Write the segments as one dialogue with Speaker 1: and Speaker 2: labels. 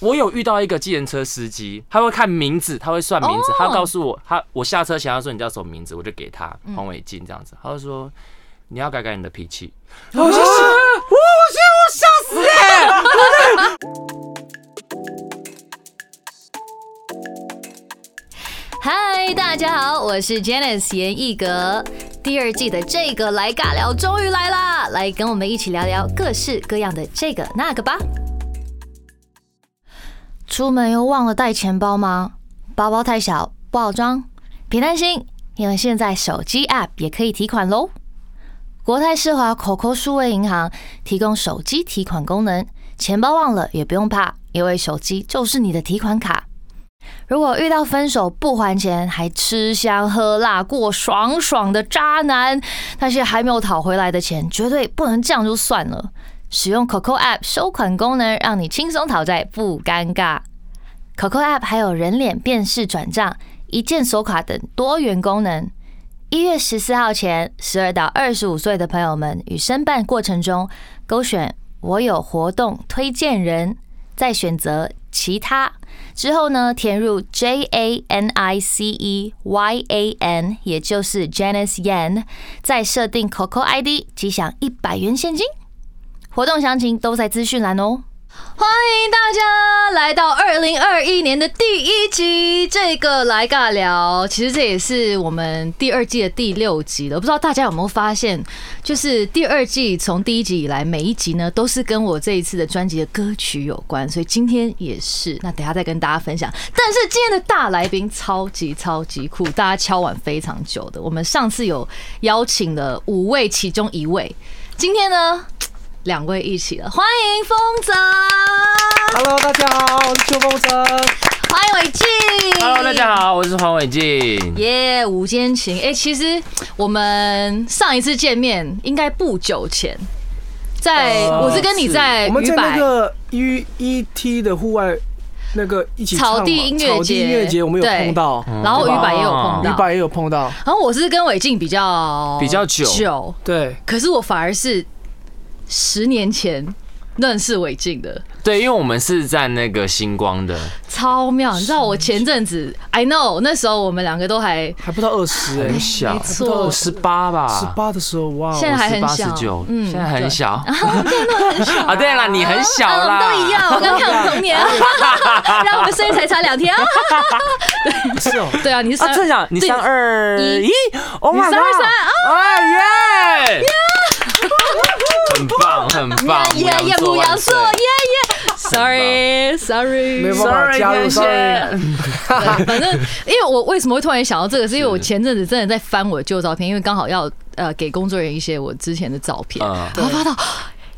Speaker 1: 我有遇到一个计程车司机，他会看名字，他会算名字
Speaker 2: 哦
Speaker 1: 他告诉我，他我下车前他说你叫什么名字，我就给他
Speaker 2: 嗯
Speaker 1: 黄伟进这样子，他就说你要改改你的脾 气。我就想
Speaker 2: 嗨，大家好，我是 Janice 严艺格。第二季的这个来尬聊终于来啦，来跟我们一起聊聊各式各样的这个那个吧。出门又忘了带钱包吗？包包太小不好装？别担心，因为现在手机 App 也可以提款喽。国泰世华 COCO 数位银行提供手机提款功能，钱包忘了也不用怕，因为手机就是你的提款卡。如果遇到分手不还钱还吃香喝辣过爽爽的渣男，那些还没有讨回来的钱绝对不能这样就算了。使用 COCO App 收款功能，让你轻松讨债不尴尬。COCO App 还有人脸辨识转账、一键锁卡等多元功能。一月十四号前，十二到二十五岁的朋友们与申办过程中，勾选“我有活动推荐人”，再选择“其他”。之后呢，填入 J A N I C E Y A N，也就是 Janice Yan，再设定 COCO ID，即享一百元现金。活动详情都在资讯栏哦。欢迎大家来到二零二一年的第一集，这个来尬聊。其实这也是我们第二季的第六集了。我不知道大家有没有发现，就是第二季从第一集以来，每一集呢都是跟我这一次的专辑的歌曲有关，所以今天也是。那等一下再跟大家分享。但是今天的大来宾超级超级酷，大家敲碗非常久的。我们上次有邀请了五位，其中一位，今天呢？两位一起了，欢迎风泽，
Speaker 3: Hello，大家好，我是邱风筝。
Speaker 2: 欢迎伟静
Speaker 1: Hello，大家好，我是黄伟进。
Speaker 2: 耶午间情，哎、其实我们上一次见面应该不久前，在、
Speaker 3: 呃
Speaker 2: 我是跟你在
Speaker 3: 我们
Speaker 2: 鱼
Speaker 3: 在那
Speaker 2: 哎摆
Speaker 3: 个哦 U E T 的户外那个一起
Speaker 2: 草
Speaker 3: 唱
Speaker 2: 地
Speaker 3: 嘛
Speaker 2: 音乐
Speaker 3: 草地
Speaker 2: 节
Speaker 3: 音乐节我们有
Speaker 2: 对
Speaker 3: 碰到，
Speaker 2: 然后
Speaker 3: 对吧
Speaker 2: 鱼摆也有碰
Speaker 3: 鱼
Speaker 2: 到
Speaker 3: 摆也有碰到，
Speaker 2: 然后我是跟伟静比较
Speaker 1: 比较久
Speaker 2: 久，
Speaker 3: 对，
Speaker 2: 可是我反而是十年前认识伟静的，
Speaker 1: 对，因为我们是在那个星光的，
Speaker 2: 超妙。你知道我前阵子，I know 那时候我们两个都还
Speaker 3: 还不到二十哎
Speaker 1: 很，小
Speaker 2: 没，错
Speaker 1: 我十八吧，
Speaker 3: 十八的时候哇，
Speaker 2: 现在还很
Speaker 1: 八十
Speaker 2: 小
Speaker 1: 九，
Speaker 2: 嗯哦
Speaker 1: 现在很
Speaker 2: 对
Speaker 1: 小，啊，对啦，你很小
Speaker 2: 啊
Speaker 1: 啦，
Speaker 2: 我们都一样，我刚看我童年，然后我们声音才差两天。
Speaker 3: 我是哦，
Speaker 2: 对啊，你是
Speaker 1: 啊，
Speaker 2: 三
Speaker 1: 正想你
Speaker 2: 对
Speaker 1: 三二
Speaker 2: 一
Speaker 1: 一，Oh
Speaker 2: 你
Speaker 1: my
Speaker 2: 三二三
Speaker 1: god！哎耶！很棒，很 棒，
Speaker 2: 耶耶，
Speaker 1: 牧
Speaker 2: 母羊座，
Speaker 1: 万岁
Speaker 2: 耶耶，sorry，sorry，
Speaker 3: 没有办法
Speaker 1: Sorry，
Speaker 3: 加入
Speaker 1: 天蝎
Speaker 3: ，sorry，
Speaker 2: 对反正因为我为什么会突然想到这个，是因为我前阵子真的在翻我的旧照片，因为刚好要呃给工作人员一些我之前的照片，
Speaker 1: 嗯
Speaker 2: 然后发到。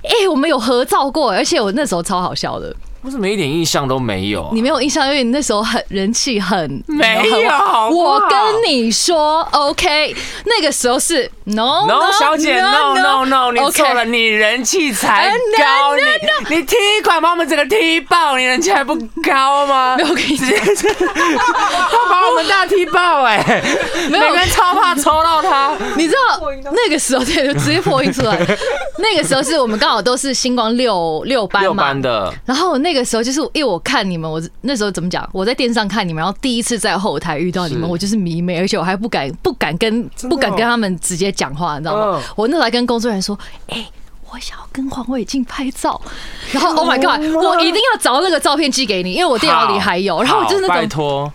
Speaker 2: 哎、我们有合照过，而且我那时候超好笑的。
Speaker 1: 为什么一点印象都没有啊？
Speaker 2: 你没有印象，因为你那时候很人气很
Speaker 1: 没有好不好
Speaker 2: 我跟你说，OK，那个时候是 No
Speaker 1: No，小姐，No No No，你
Speaker 2: OK
Speaker 1: 错了，你人气才
Speaker 2: No，
Speaker 1: 高，你你踢馆把我们整个踢爆，你人气还不高吗
Speaker 2: 没？有，我跟你讲
Speaker 1: 直，接是，他把我们大踢爆哎、
Speaker 2: 没
Speaker 1: 每
Speaker 2: 有
Speaker 1: 个人超怕抽到他，
Speaker 2: 你知道那个时候对，就直接破音出来。 那个时候是我们刚好都是星光六六班嘛，
Speaker 1: 的
Speaker 2: 然后那个时候就是因为我看你们，我那时候怎么讲？我在电视上看你们，然后第一次在后台遇到你们，
Speaker 1: 是
Speaker 2: 我就是迷妹，而且我还不敢不敢跟
Speaker 3: 真的哦
Speaker 2: 不敢跟他们直接讲话，你知道吗
Speaker 3: 嗯？
Speaker 2: 我那时候还跟工作人员说：“哎。”我想要跟黄伟晋拍照，然后 Oh my God，
Speaker 3: 有吗
Speaker 2: 我一定要找到那个照片寄给你，因为我电脑里还有。然后我就是
Speaker 1: 好
Speaker 2: 那
Speaker 1: 拜
Speaker 2: 种，
Speaker 1: 托，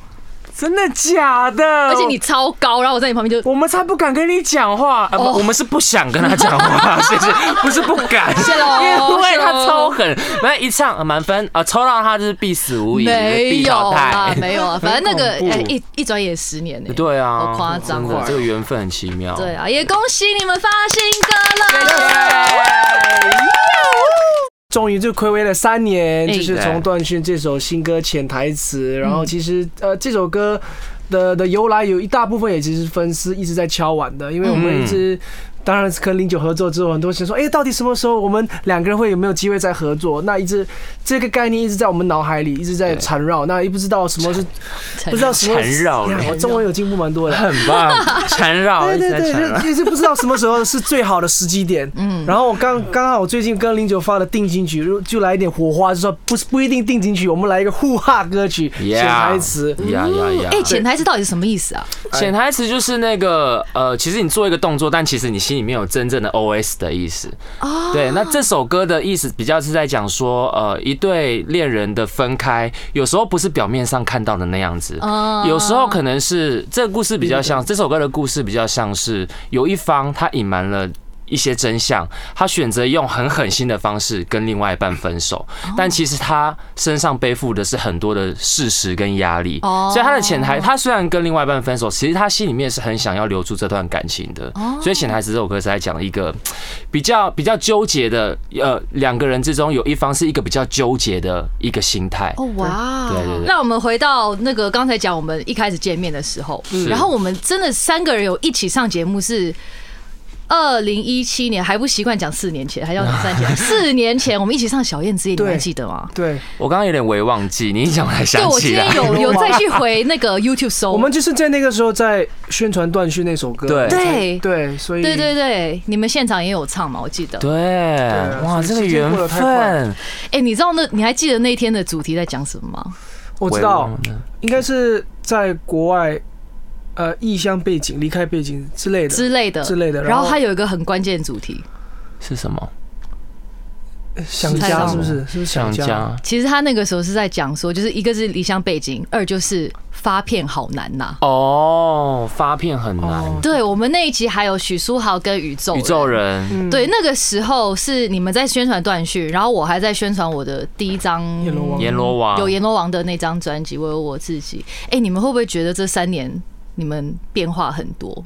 Speaker 3: 真的假的？
Speaker 2: 而
Speaker 3: 而
Speaker 2: 且你超高，然后我在你旁边就
Speaker 1: 我们才不敢跟你讲话、呃不
Speaker 2: 哦
Speaker 1: 我们是不想跟他讲 话，谢谢，不是不敢，
Speaker 2: 谢喽
Speaker 1: 因为
Speaker 2: 谢喽
Speaker 1: 他超狠，那一唱呃满分啊，抽到他就是必死无疑，
Speaker 2: 没
Speaker 1: 必
Speaker 2: 有
Speaker 1: 淘
Speaker 2: 啊
Speaker 1: 汰，。
Speaker 2: 没有啊，反正那个
Speaker 3: 很恐怖
Speaker 2: 哎一一转眼十年呢。
Speaker 1: 对啊，
Speaker 2: 欸好夸张
Speaker 1: 真的
Speaker 2: 哦
Speaker 1: 这个缘分很奇妙。
Speaker 2: 对啊，也恭喜你们发新歌了。
Speaker 1: 谢谢。
Speaker 3: 终于就暌违了三年，
Speaker 2: 哎
Speaker 3: 就是从段勋这首新歌《潜台词》，然
Speaker 1: 嗯
Speaker 3: 后其实呃这首
Speaker 1: 嗯
Speaker 3: 歌的的由来有一大部分也其实是粉丝一直在敲碗的，因为我们一直。当然是跟零九合作之后，很多人说，哎、到底什么时候我们两个人会有没有机会再合作？那一直这个概念一直在我们脑海里一直在
Speaker 1: 对
Speaker 3: 缠绕，那也不知道什么是不知道什么
Speaker 1: 缠绕
Speaker 3: 哎呀我中文有进步蛮多的。
Speaker 1: 很 棒，缠绕，
Speaker 3: 对
Speaker 1: 哦一
Speaker 3: 对
Speaker 1: 直在
Speaker 3: 对，
Speaker 1: 缠绕
Speaker 3: 就，就是不知道什么时候是最好的时机点。嗯，然后我刚刚好我最近跟零九发的定情曲，就就来一点火花，就说不是不一定定情曲，我们来一个互哈歌曲，
Speaker 1: Yeah
Speaker 3: 潜台词。
Speaker 1: 呀
Speaker 2: 嗯
Speaker 1: 呀呀！
Speaker 4: 哎，潜台词到底是什么意思啊？
Speaker 1: 潜台词就是那个呃，其实你做一个动作，但其实你心里面有真正的 OS 的意思。
Speaker 2: 哦
Speaker 1: 对，那这首歌的意思比较是在讲说，呃，一对恋人的分开，有时候不是表面上看到的那样子，
Speaker 4: 嗯
Speaker 1: 有时候可能是这个故事比较像这首歌的故事比较像是有一方他隐瞒了。一些真相，他选择用很狠心的方式跟另外一半分手，
Speaker 4: 哦
Speaker 1: 但其实他身上背负的是很多的事实跟压力，
Speaker 4: 哦
Speaker 1: 所以他的潜台，他虽然跟另外一半分手，其实他心里面是很想要留住这段感情的，
Speaker 4: 哦
Speaker 1: 所以潜台词这首歌是在讲一个比较比较纠结的，呃，两个人之中有一方是一个比较纠结的一个心态，
Speaker 4: 哦哇！
Speaker 1: 对对对
Speaker 4: 那我们回到那个刚才讲我们一开始见面的时候，然后我们真的三个人有一起上节目是。二零一七年还不习惯讲四年前，还要讲三 年前。四年前我们一起上小燕之夜，你们还
Speaker 3: 对
Speaker 4: 记得吗？
Speaker 3: 对，
Speaker 1: 我刚刚有点微忘记，你一讲我才
Speaker 4: 对，
Speaker 1: 想
Speaker 4: 我今
Speaker 1: 起来
Speaker 4: 天。有 有啊再去回那个 YouTube 搜，
Speaker 3: 我们就是在那个时候在宣传断续那首歌。
Speaker 1: 对
Speaker 4: 哦对
Speaker 3: 对，所以
Speaker 4: 对对对，你们现场也有唱嘛？我记得。
Speaker 3: 啊
Speaker 1: 对，哇，这个缘分，
Speaker 4: 哎，你知道那你还记得那天的主题在讲什么吗？
Speaker 3: 我知道，应该是在国外，呃，异乡背景、离开背景之类的
Speaker 4: 之类的
Speaker 3: 之类的。
Speaker 4: 然后
Speaker 3: 后
Speaker 4: 它有一个很关键的主题，
Speaker 1: 是什么？
Speaker 3: 想
Speaker 4: 是什
Speaker 3: 家
Speaker 4: 么
Speaker 3: 是不是？是不是
Speaker 1: 想
Speaker 3: 家？
Speaker 1: 家
Speaker 4: 其实他那个时候是在讲说，就是一个是离乡背景，二就是发片好难呐、
Speaker 1: 哦，发片很
Speaker 3: 哦
Speaker 1: 难，
Speaker 4: 对我们那一集还有许书豪跟宇宙
Speaker 1: 宇宙。人
Speaker 3: 嗯
Speaker 4: 对，那个时候是你们在宣传断续，然后我还在宣传我的第一张
Speaker 3: 阎罗王
Speaker 1: 阎罗王
Speaker 4: 嗯有阎罗王的那张专辑《我有我自己》。哎，你们会不会觉得这三年你们变化很多？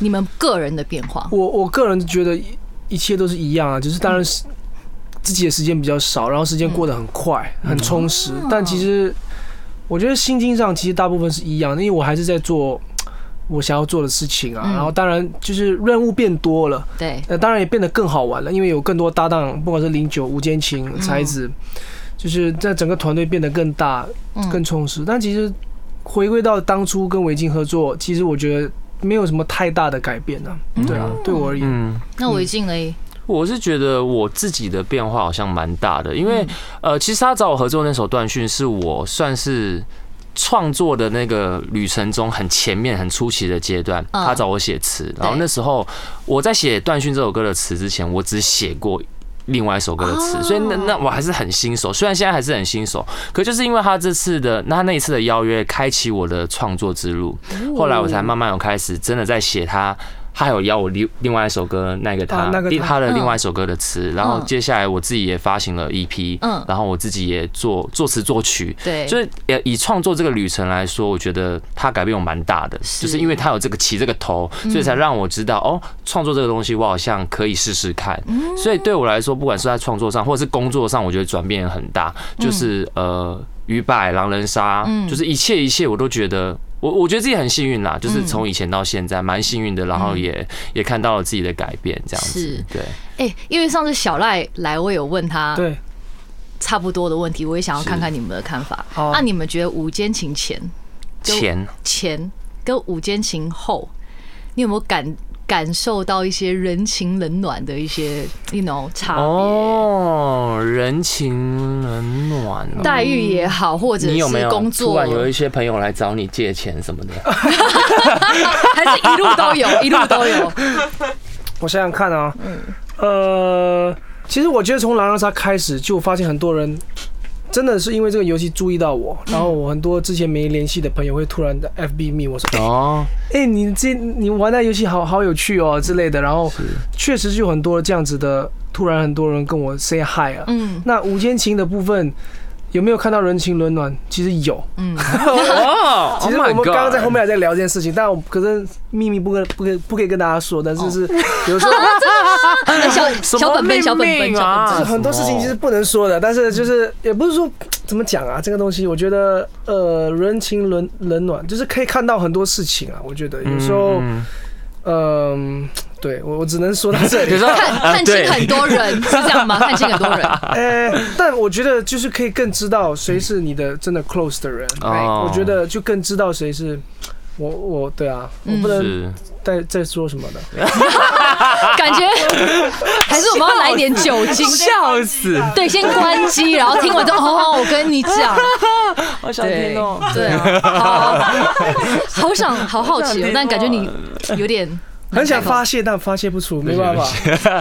Speaker 4: 你们个人的变化，
Speaker 3: 我我个人觉得一一切都是一样啊，就是当然是自己的时间比较少，然后时间过得很快，很充实。但其实我觉得心境上其实大部分是一样的，因为我还是在做我想要做的事情啊。
Speaker 4: 嗯
Speaker 3: 然后当然就是任务变多了，
Speaker 4: 对，
Speaker 3: 呃，当然也变得更好玩了，因为有更多搭档，不管是零九、吴坚琴、
Speaker 4: 嗯
Speaker 3: 才子，就是在整个团队变得更大、
Speaker 4: 嗯，
Speaker 3: 更充实。但其实回归到当初跟维京合作，其实我觉得没有什么太大的改变呢、
Speaker 4: 嗯
Speaker 3: 啊。对啊，对我而言，
Speaker 1: 嗯。
Speaker 4: 那我一进嘞，
Speaker 1: 我是觉得我自己的变化好像蛮大的，因为呃，其实他找我合作那首《断讯》是我算是创作的那个旅程中很前面、很初期的阶段。
Speaker 4: 嗯
Speaker 1: 他找我写词，然后那时候我在写《断讯》这首歌的词之前，我只写过。另外一首歌的词，所以那那我还是很新手，虽然现在还是很新手，可就是因为他这次的那他那一次的邀约，开启我的创作之路。后来我才慢慢有开始真的在写他，他还有邀我另另外一首歌那个他
Speaker 3: 啊那个
Speaker 1: 第
Speaker 3: 他
Speaker 1: 他的另
Speaker 4: 嗯
Speaker 1: 外一首歌的词，然后
Speaker 4: 嗯
Speaker 1: 接下来我自己也发行了 EP，
Speaker 4: 嗯
Speaker 1: 然后我自己也做作词作曲。
Speaker 4: 对，
Speaker 1: 就是呃，以创作这个旅程来说，我觉得他改变我蛮大的，
Speaker 4: 是嗯
Speaker 1: 就是因为他有这个起这个头，所以才让我知道哦，创作这个东西我好像可以试试看。
Speaker 4: 嗯
Speaker 1: 所以对我来说，不管是在创作上或者是工作上，我觉得转变很大，
Speaker 4: 嗯
Speaker 1: 就是呃，鱼摆狼人杀，就是一切一切我都觉得。我我觉得自己很幸运啦，
Speaker 4: 嗯
Speaker 1: 就是从以前到现在蛮幸运的，然后也也看到了自己的改变，这样
Speaker 4: 是
Speaker 1: 子。对，
Speaker 4: 哎、因为上次小赖来，我有问他
Speaker 3: 对，
Speaker 4: 差不多的问题，我也想要看看你们的看法。
Speaker 3: 好
Speaker 1: 哦
Speaker 4: 那、啊你们觉得午间情前就
Speaker 1: 钱
Speaker 4: 前跟午间情后，你有没有感感受到一些人情冷暖的一些 you know 差别？
Speaker 1: 哦，人情冷暖哦、
Speaker 4: 待遇也好，或者
Speaker 1: 你有没
Speaker 4: 是
Speaker 1: 有
Speaker 4: 工作，
Speaker 1: 突然有一些朋友来找你借钱什么 的？
Speaker 4: 还是一路 都有，一路都有。
Speaker 3: 我想想看啊，
Speaker 4: 嗯
Speaker 3: 呃，其实我觉得从狼人杀开始，就发现很多人真的是因为这个游戏注意到我，然
Speaker 4: 嗯
Speaker 3: 后我很多之前没联系的朋友会突然的 FB 密我说，
Speaker 1: 哦，
Speaker 3: 哎、你这你玩那游戏好好有趣哦之类的，然后确实是有很多这样子的，突然很多人跟我 say hi 啊。
Speaker 4: 嗯
Speaker 3: 那午间情的部分有没有看到人情冷暖？其实有，
Speaker 4: 嗯，
Speaker 1: 哦，
Speaker 4: ，Oh
Speaker 3: 其实我们刚刚在后面还在聊这件事情，但我可是秘密不跟不跟不可以跟大家说，但是是比如说。
Speaker 4: 那 小小本本，小本本，小
Speaker 1: 啊
Speaker 4: 本
Speaker 3: 就是很多事情其实不能说的，但是就是也不是说怎么讲啊，这个东西我觉得呃人情
Speaker 1: 嗯
Speaker 4: 嗯
Speaker 3: 冷冷暖，就是可以看到很多事情啊。我觉得有时候嗯、对我我只能说到 这
Speaker 1: 比如
Speaker 3: 里。
Speaker 1: 说
Speaker 4: 看啊看清很多 人是这样吗？看清很多人，
Speaker 3: 呃，但我觉得就是可以更知道谁是你的真的 close 的人，
Speaker 1: 哦
Speaker 3: 我觉得就更知道谁是我我对啊，我不能
Speaker 4: 哦
Speaker 1: 是
Speaker 3: 再再说什么的。
Speaker 4: 感 觉还是我们要来一点酒精。
Speaker 1: 笑死，
Speaker 4: 对，先关机，然后听完之后，哦，我跟你讲，
Speaker 1: 好想
Speaker 4: 对，
Speaker 3: 哦
Speaker 4: 对啊， 好，好想，好好奇哦，但感觉你有 点
Speaker 3: 很想发泄，但发泄不 出，没办法。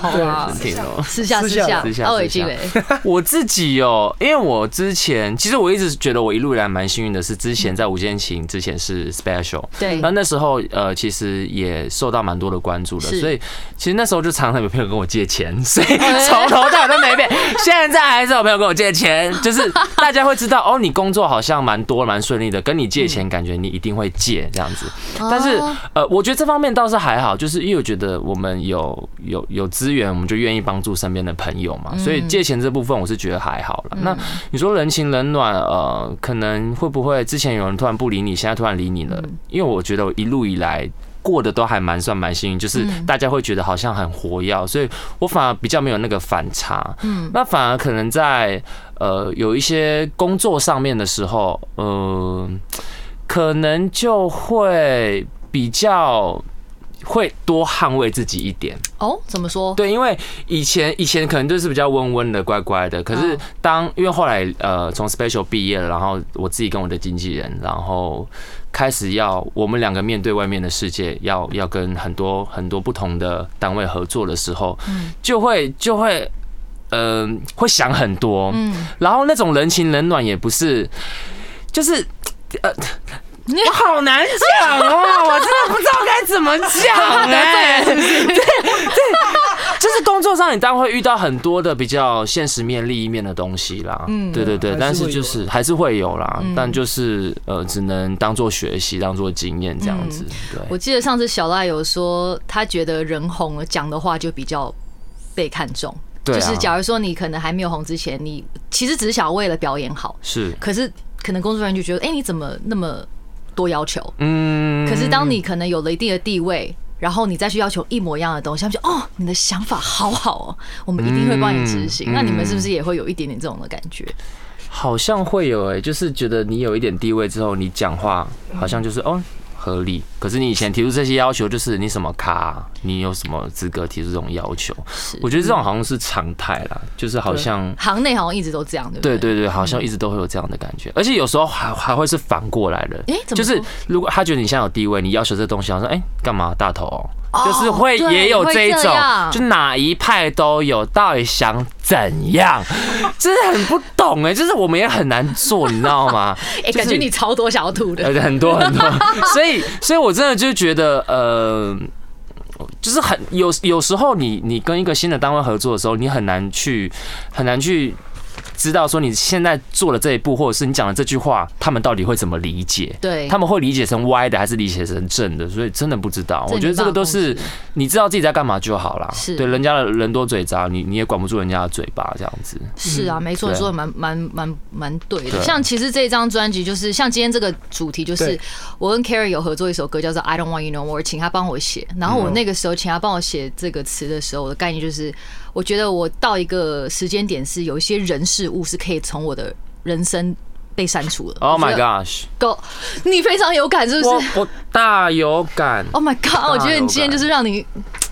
Speaker 4: 好啊，
Speaker 1: 听哦。
Speaker 4: 私下
Speaker 3: 私
Speaker 4: 私
Speaker 3: 下
Speaker 4: 下哦
Speaker 1: 私，下
Speaker 4: 奥伟
Speaker 1: 私下
Speaker 4: 积累，
Speaker 1: 我自己哦，因为我之前其实我一直觉得我一路以来蛮幸运的，是之前在《无间情》之前是 special，
Speaker 4: 对
Speaker 1: 那那时候呃其实也受到蛮多的关注的，
Speaker 4: 是
Speaker 1: 所以其实那时候就常常有朋友跟我借钱， 所以 从头到尾都没变。现在还是有朋友跟我借钱，就是大家会知道哦，你工作好像蛮多蛮顺利的，跟你借
Speaker 4: 嗯
Speaker 1: 钱感觉你一定会借这样子。但是
Speaker 4: 哦
Speaker 1: 呃，我觉得这方面倒是还好，就是因为我觉得我们有有有资源，我们就愿意帮助身边的朋友嘛，所以借钱这部分我是觉得还好了。那你说人情冷暖，呃，可能会不会之前有人突然不理你，现在突然理你了？因为我觉得我一路以来。过得都还蛮算蛮幸运，就是大家会觉得好像很活跃，所以我反而比较没有那个反差。嗯，那反而可能在呃有一些工作上面的时候，呃，可能就会比较会多捍卫自己一点。
Speaker 4: 哦，怎么说？
Speaker 1: 对，因为以前以前可能就是比较温温的、乖乖的，可是
Speaker 4: 嗯
Speaker 1: 当因为后来呃从 special 毕业了，然后我自己跟我的经纪人，然后开始要我们两个面对外面的世界，要要跟很多很多不同的单位合作的时候，就会就会。嗯、会想很多，嗯，然后那种人情冷暖也不是，就是我好难讲 哦，我真的不知道该怎么讲哎、对对，就是工作上你当然会遇到很多的比较现实面、利益面的东西啦。嗯，对对对，
Speaker 3: 还是
Speaker 1: 但是
Speaker 3: 会
Speaker 1: 就
Speaker 3: 有
Speaker 1: 是还是会有啦，
Speaker 4: 嗯
Speaker 1: 但就是呃，只能当做学习，当做经验这样子。
Speaker 4: 嗯我
Speaker 1: 对，
Speaker 4: 记得上次小赖有说，他觉得人红了讲的话就比较被看重，
Speaker 1: 对啊
Speaker 4: 就是假如说你可能还没有红之前，你其实只是想为了表演好，
Speaker 1: 是，
Speaker 4: 可是可能工作人员就觉得，哎、你怎么那么多要求？
Speaker 1: 嗯
Speaker 4: 可是当你可能有了一定的地位，然后你再去要求一模一样的东西，他们就哦，你的想法好好哦，我们一定会帮你执行。
Speaker 1: 嗯
Speaker 4: 那你们是不是也会有一点点这种的感觉？
Speaker 1: 好像会有哎、就是觉得你有一点地位之后，你讲话好像就是哦。合理，可是你以前提出这些要求，就是你什么咖啊、你有什么资格提出这种要求？
Speaker 4: 是
Speaker 1: 我觉得这种好像是常态啦，就是好像。
Speaker 4: 行内好像一直都这样，对不
Speaker 1: 对
Speaker 4: 对？
Speaker 1: 对对，好像一直都会有这样的感觉，而且有时候还还会是反过来的
Speaker 4: 诶怎，
Speaker 1: 就
Speaker 4: 么
Speaker 1: 是
Speaker 4: 说
Speaker 1: 如果他觉得你现在有地位，你要求这东西，好像哎干嘛大头哦，就是会
Speaker 4: 对
Speaker 1: 也有这一
Speaker 4: 会
Speaker 1: 种
Speaker 4: 这样，
Speaker 1: 就哪一派都有，到底想怎样， 真的很不懂哎，就是我们也很难做，你知道 吗？
Speaker 4: 哎、
Speaker 1: 就是
Speaker 4: 感觉你超多想要吐的。
Speaker 1: 呃，很多很多， 所以，所以我真的就觉得，呃，就是很有有时候你你跟一个新的单位合作的时候，你很难去很难去知道说你现在做的这一步，或者是你讲的这句话，他们到底会怎么理解？
Speaker 4: 对，
Speaker 1: 他们会理解成歪的还是理解成正的？所以真的不知道。
Speaker 4: 这
Speaker 1: 我觉得
Speaker 4: 没办法
Speaker 1: 这个都是
Speaker 4: 控制
Speaker 1: 你知道自己在干嘛就好啦。
Speaker 4: 是
Speaker 1: 对人家的人多嘴杂，你你也管不住人家的嘴巴这样子。
Speaker 4: 是啊，没错，
Speaker 1: 嗯对
Speaker 4: 你说的蛮蛮蛮蛮对的。
Speaker 1: 对啊
Speaker 4: 像其实这张专辑就是像今天这个主题，就是
Speaker 3: 对
Speaker 4: 我跟 Carrie 有合作一首歌叫做《I Don't Want You No More》，请他帮我写。然
Speaker 1: 嗯
Speaker 4: 后我那个时候请他帮我写这个词的时候，我的概念就是，我觉得我到一个时间点是有一些人事物是可以从我的人生被删除的。
Speaker 1: Oh
Speaker 4: 我
Speaker 1: my
Speaker 4: 觉得
Speaker 1: gosh，
Speaker 4: 够，你非常有感是不
Speaker 1: 我
Speaker 4: 是
Speaker 1: 我大有感。
Speaker 4: ？Oh my god！我觉得你今天就是让 你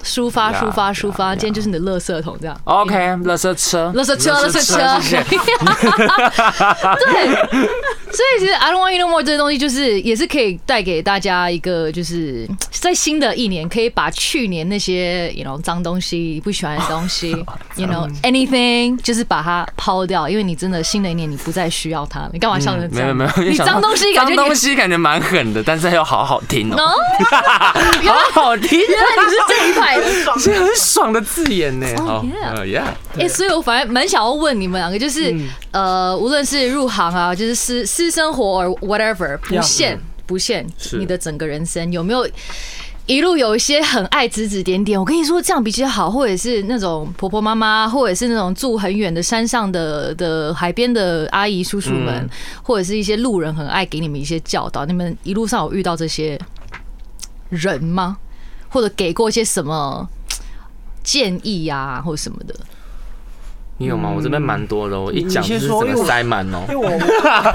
Speaker 4: 抒发、
Speaker 1: 呀
Speaker 4: 抒发、抒
Speaker 1: 呀
Speaker 4: 发，
Speaker 1: 呀
Speaker 4: 今天就是你的垃圾桶这样。
Speaker 1: OK，垃圾车，
Speaker 4: 垃圾车，垃圾车，
Speaker 1: 谢谢。
Speaker 4: 对，所以其实 I don't want you no more 这个东西，就是也是可以带给大家一个，就是在新的一年，可以把去年那些 you know 脏东西、不喜欢的东 西，you know anything，就是把它抛掉，因为你真的新的一年你不再需要它了。你干嘛笑成这
Speaker 1: 嗯没有
Speaker 4: 样？
Speaker 1: 没有，因为
Speaker 4: 你
Speaker 1: 想到
Speaker 4: 脏东西感觉
Speaker 1: 脏
Speaker 4: 你
Speaker 1: 东。西感觉蛮狠的，但是又好好听哦、
Speaker 4: 哦，
Speaker 1: 好好听，
Speaker 4: 原来你是这一派的。
Speaker 1: 是很爽的字眼呢。
Speaker 4: 哦
Speaker 1: 好
Speaker 4: yeah
Speaker 1: 呃，Yeah，
Speaker 4: 哎、所以我反而蛮想要问你们两个，就是、
Speaker 1: 嗯
Speaker 4: 呃，无论是入行啊，就是私私生活 or whatever，不限不限
Speaker 1: 是
Speaker 4: 你的整个人生，有没有一路有一些很爱指指点点？我跟你说，这样比较好，或者是那种婆婆妈妈，或者是那种住很远的山上的的海边的阿姨叔叔们，
Speaker 1: 嗯
Speaker 4: 或者是一些路人很爱给你们一些教导。你们一路上有遇到这些人吗？或者给过一些什么建议啊，或什么的？
Speaker 1: 你有吗？我这边蛮多的哦，我一讲就是整个塞满哦
Speaker 3: 因。为我